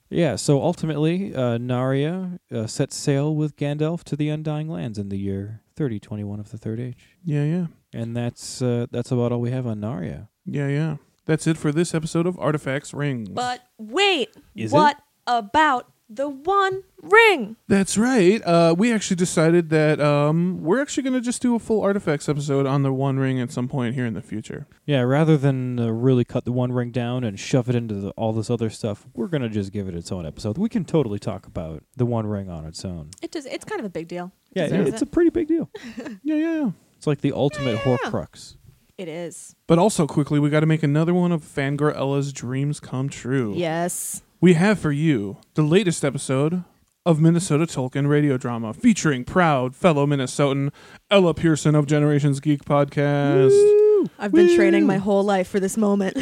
S3: Yeah. So ultimately, uh, Narya uh, sets sail with Gandalf to the Undying Lands in the year thirty twenty one of the Third Age,
S2: Yeah, yeah.
S3: and that's uh, that's about all we have on Narya.
S2: Yeah, yeah. That's it for this episode of Artifacts Rings.
S1: But wait,
S3: Is
S1: what about the one Ring.
S2: That's right. Uh, we actually decided that um, we're actually going to just do a full artifacts episode on the One Ring at some point here in the future.
S3: Yeah, rather than uh, really cut the one ring down and shove it into the, all this other stuff, we're going to just give it its own episode. We can totally talk about the one ring on its own.
S1: It does. It's kind of a big deal.
S3: Yeah,
S1: Deserves
S3: it's a
S1: it.
S3: pretty big deal.
S2: Yeah, yeah, yeah.
S3: It's like the ultimate
S1: Yeah.
S3: horcrux.
S1: It is.
S2: But also quickly, we got to make another one of Fangirl Ella's dreams come true.
S1: Yes.
S2: We have for you the latest episode of Minnesota Tolkien radio drama featuring proud fellow Minnesotan Ella Pearson of Generations Geek Podcast.
S1: I've been training my whole life for this
S3: [laughs]
S1: moment.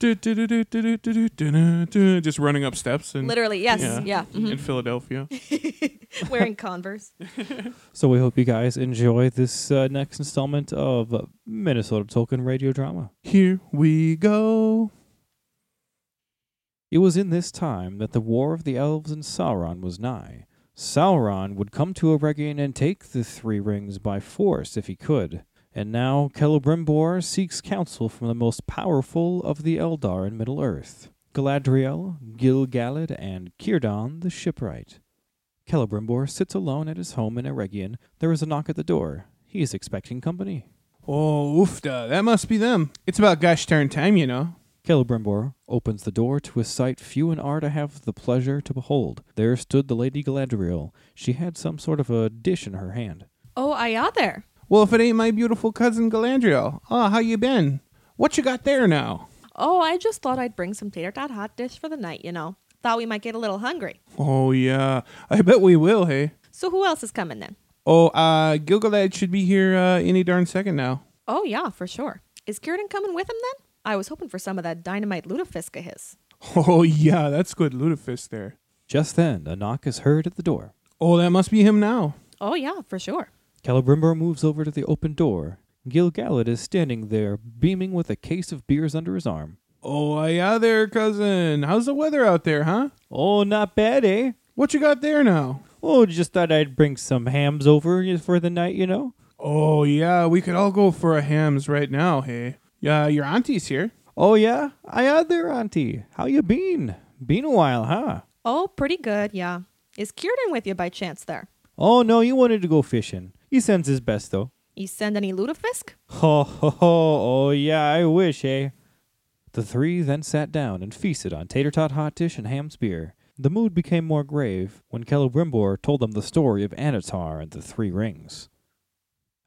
S2: Do, do, do, do, do, do, do, do, do, do. [laughs] Just running up steps in,
S1: Literally, yes. Yeah.
S2: in Philadelphia.
S1: mhm. [laughs] Wearing Converse.
S3: So we hope you guys enjoy this uh, next installment of uh, Minnesota Tolkien Radio Drama.
S2: Here we go.
S3: It was in this time that the War of the Elves and Sauron was nigh. Sauron would come to Eregion and take the Three Rings by force if he could. And now Celebrimbor seeks counsel from the most powerful of the Eldar in Middle-earth, Galadriel, Gil-galad, and Círdan the Shipwright. Celebrimbor sits alone at his home in Eregion. There is a knock at the door. He is expecting company.
S2: Oh, oofda. That must be them. It's about gosh darn time, you know.
S3: Celebrimbor opens the door to a sight few and are to have the pleasure to behold. There stood the Lady Galadriel. She had some sort of a dish in her hand.
S1: Oh, I out there.
S2: Well, if it ain't my beautiful cousin Galadriel. Ah, how you been? What you got there now?
S1: Oh, I just thought I'd bring some tater tot hot dish for the night, you know. Thought we might get a little hungry.
S2: Oh, yeah. I bet we will, hey?
S1: So who else is coming then?
S2: Oh, uh, Gilgalad should be here uh, any darn second now.
S1: Oh, yeah, for sure. Is Kieran coming with him then? I was hoping for some of that dynamite lutefisk of his.
S2: [laughs] Oh, yeah. That's good lutefisk there.
S3: Just then, a knock is heard at the door.
S2: Oh, that must be him now.
S1: Oh, yeah, for sure.
S3: Celebrimbor moves over to the open door. Gil-galad is standing there, beaming with a case of beers under his arm.
S2: Oh, yeah, there, cousin. How's the weather out there, huh?
S3: Oh, not bad, eh?
S2: What you got there now?
S3: Oh, just thought I'd bring some hams over for the night, you know?
S2: Oh, yeah. We could all go for a hams right now, hey? Yeah, your auntie's here.
S3: Oh, yeah? I out there, auntie. How you been? Been a while, huh?
S1: Oh, pretty good, yeah. Is Kieran with you by chance there?
S3: Oh no, you wanted to go fishing. He sends his best though.
S1: You send any lutefisk?
S3: Ho ho ho! Oh yeah, I wish, eh? The three then sat down and feasted on tater tot hot dish and ham spear. The mood became more grave when Celebrimbor told them the story of Anatar and the Three Rings.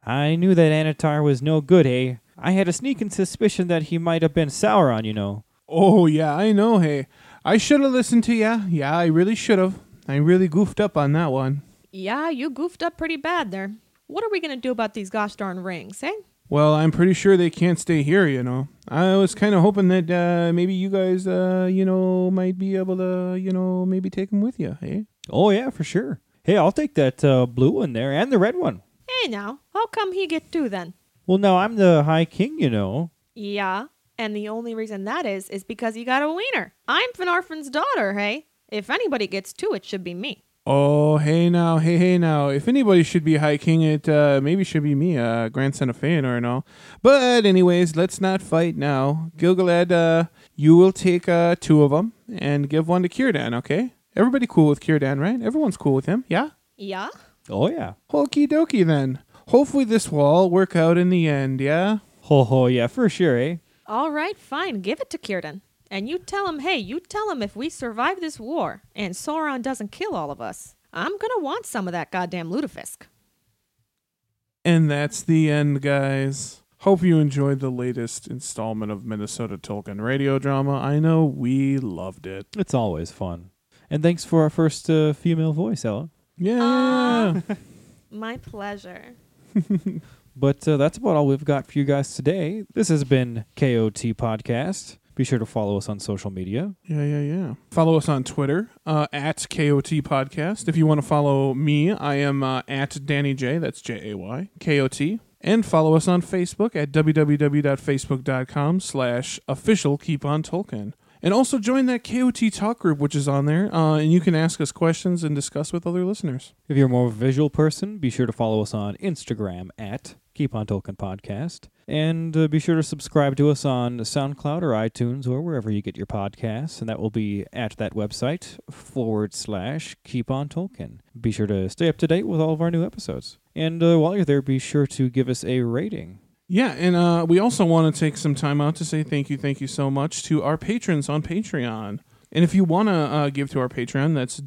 S3: I knew that Anatar was no good, eh? I had a sneaking suspicion that he might have been Sauron, you know.
S2: Oh, yeah, I know, hey. I should have listened to ya. Yeah, I really should have. I really goofed up on that one.
S1: Yeah, you goofed up pretty bad there. What are we gonna do about these gosh darn rings, eh?
S2: Well, I'm pretty sure they can't stay here, you know. I was kind of hoping that uh, maybe you guys, uh, you know, might be able to, you know, maybe take them with you, eh?
S3: Oh yeah, for sure. Hey, I'll take that uh, blue one there and the red one.
S1: Hey now, how come he get two then?
S3: Well, now I'm the High King, you know.
S1: Yeah, and the only reason that is is because you got a wiener. I'm Finarfin's daughter, hey? If anybody gets two, it should be me.
S2: Oh, hey now, hey, hey now. If anybody should be hiking, it uh, maybe should be me, uh, grandson of Feanor and all. But anyways, let's not fight now. Gilgalad, uh, you will take uh, two of them and give one to Círdan, okay? Everybody cool with Círdan, right? Everyone's cool with him, yeah?
S1: Yeah?
S3: Oh yeah.
S2: Okie dokie then. Hopefully this will all work out in the end, yeah?
S3: Ho ho, yeah, for sure, eh?
S1: All right, fine, give it to Kieran. And you tell him, hey, you tell him if we survive this war and Sauron doesn't kill all of us, I'm gonna want some of that goddamn lutefisk.
S2: And that's the end, guys. Hope you enjoyed the latest installment of Minnesota Tolkien radio drama. I know we loved it.
S3: It's always fun. And thanks for our first uh, female voice, Ella.
S2: Yeah.
S1: My pleasure.
S3: But uh, that's about all we've got for you guys today. This has been KOT Podcast. Be sure to follow us on social media.
S2: Yeah, yeah, yeah. Follow us on Twitter uh, at KOT Podcast. If you want to follow me, I am uh, at Danny J. That's J A Y K O T. And follow us on Facebook at www.facebook.com slash official keep on Tolkien. And also join that KOT talk group, which is on there, uh, and you can ask us questions and discuss with other listeners.
S3: If you're a more visual person, be sure to follow us on Instagram at Keep On Tolkien Podcast. And uh, be sure to subscribe to us on SoundCloud or iTunes or wherever you get your podcasts. And that will be at that website forward slash Keep On Tolkien. Be sure to stay up to date with all of our new episodes. And uh, while you're there, be sure to give us a rating.
S2: Yeah, and uh, we also want to take some time out to say thank you, thank you so much to our patrons on Patreon. And if you want to uh, give to our Patreon, that's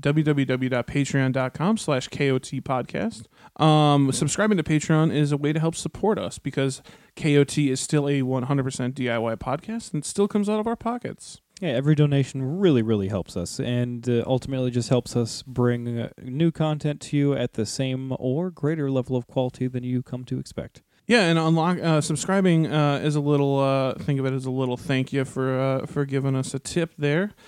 S2: www.patreon.com slash KOT podcast. Um, subscribing to Patreon is a way to help support us because KOT is still a 100% DIY podcast and it still comes out of our pockets.
S3: Yeah, every donation really, really helps us and uh, ultimately just helps us bring uh, new content to you at the same or greater level of quality than you come to expect.
S2: Yeah, and unlock uh, subscribing uh, is a little. Uh, think of it as a little thank you for uh, for giving us a tip there. [laughs]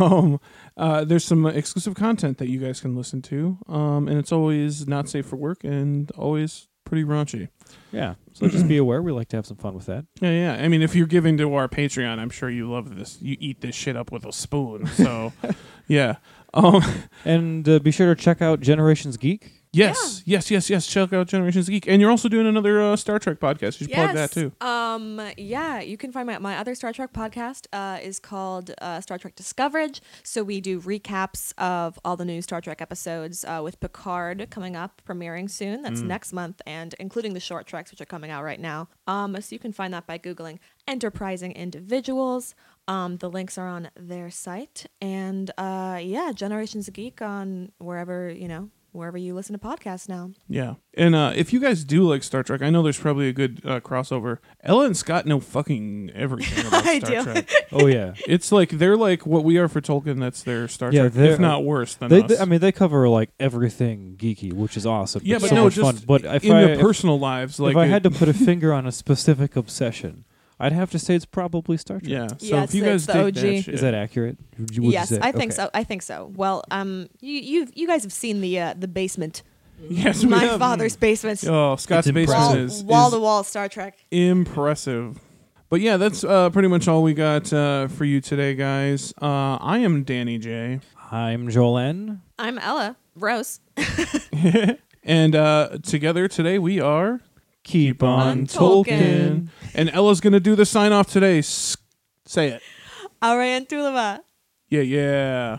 S2: Um, uh, there's some exclusive content that you guys can listen to, um, and it's always not safe for work and always pretty raunchy.
S3: Yeah, so just be aware. We like to have some fun with that.
S2: Yeah, yeah. I mean, if you're giving to our Patreon, I'm sure you love this. You eat this shit up with a spoon. So, yeah. Um,
S3: And uh, be sure to check out Generations Geek.
S2: yes, yes, yes, yes. Check out Generations Geek, and you're also doing another uh, Star Trek podcast. You should plug that too.
S1: Um, yeah, you can find my, my other Star Trek podcast uh, is called uh, Star Trek Discoverage. So we do recaps of all the new Star Trek episodes uh, with Picard coming up, premiering soon. That's
S2: Mm.
S1: next month, and including the short treks, which are coming out right now. Um, so you can find that by Googling Enterprising Individuals. Um, the links are on their site. And uh, yeah, Generations Geek on wherever, you know, wherever you listen to podcasts now.
S2: Yeah. And uh, if you guys do like Star Trek, I know there's probably a good uh, crossover. Ella and Scott know fucking
S1: [laughs]
S2: everything about
S1: I
S2: Star
S1: do.
S2: Trek. [laughs]
S3: Oh yeah,
S2: It's like they're like what we are for Tolkien. That's their Star
S3: Yeah,
S2: Trek, if
S3: they're-
S2: not worse than
S3: they,
S2: us.
S3: they- I mean they cover like everything geeky, which is awesome.
S2: yeah,
S3: It's
S2: but
S3: so
S2: no,
S3: much
S2: just
S3: fun. But if
S2: in
S3: I
S2: their personal lives,
S3: if,
S2: like
S3: if I
S2: it-
S3: had
S2: [laughs]
S3: to put a finger on a specific obsession, I'd have to say it's probably Star Trek.
S2: yeah. So
S1: Yeah,
S2: if you
S1: it's-
S2: guys
S1: it's the
S2: dig
S1: OG.
S2: that shit,
S3: Is that accurate? Would you- would you
S1: yes,
S3: say-
S1: I think
S3: okay.
S1: so. I think so. Well, um, you you you guys have seen the uh, the basement,
S2: yes, we
S1: my
S2: have.
S1: father's basement,
S2: Oh, Scott's
S3: It's
S2: basement
S1: wall
S2: is, is
S1: wall to wall Star Trek.
S2: impressive. But yeah, that's uh, pretty much all we got uh, for you today, guys. Uh, I am Danny J.
S3: I'm Jolan.
S1: I'm Ella Rose.
S2: And uh, together today we are
S3: Keep
S1: on Tolkien.
S2: And Ella's gonna do the sign off today. S- say it.
S1: Ariane Tulava.
S2: Yeah, yeah.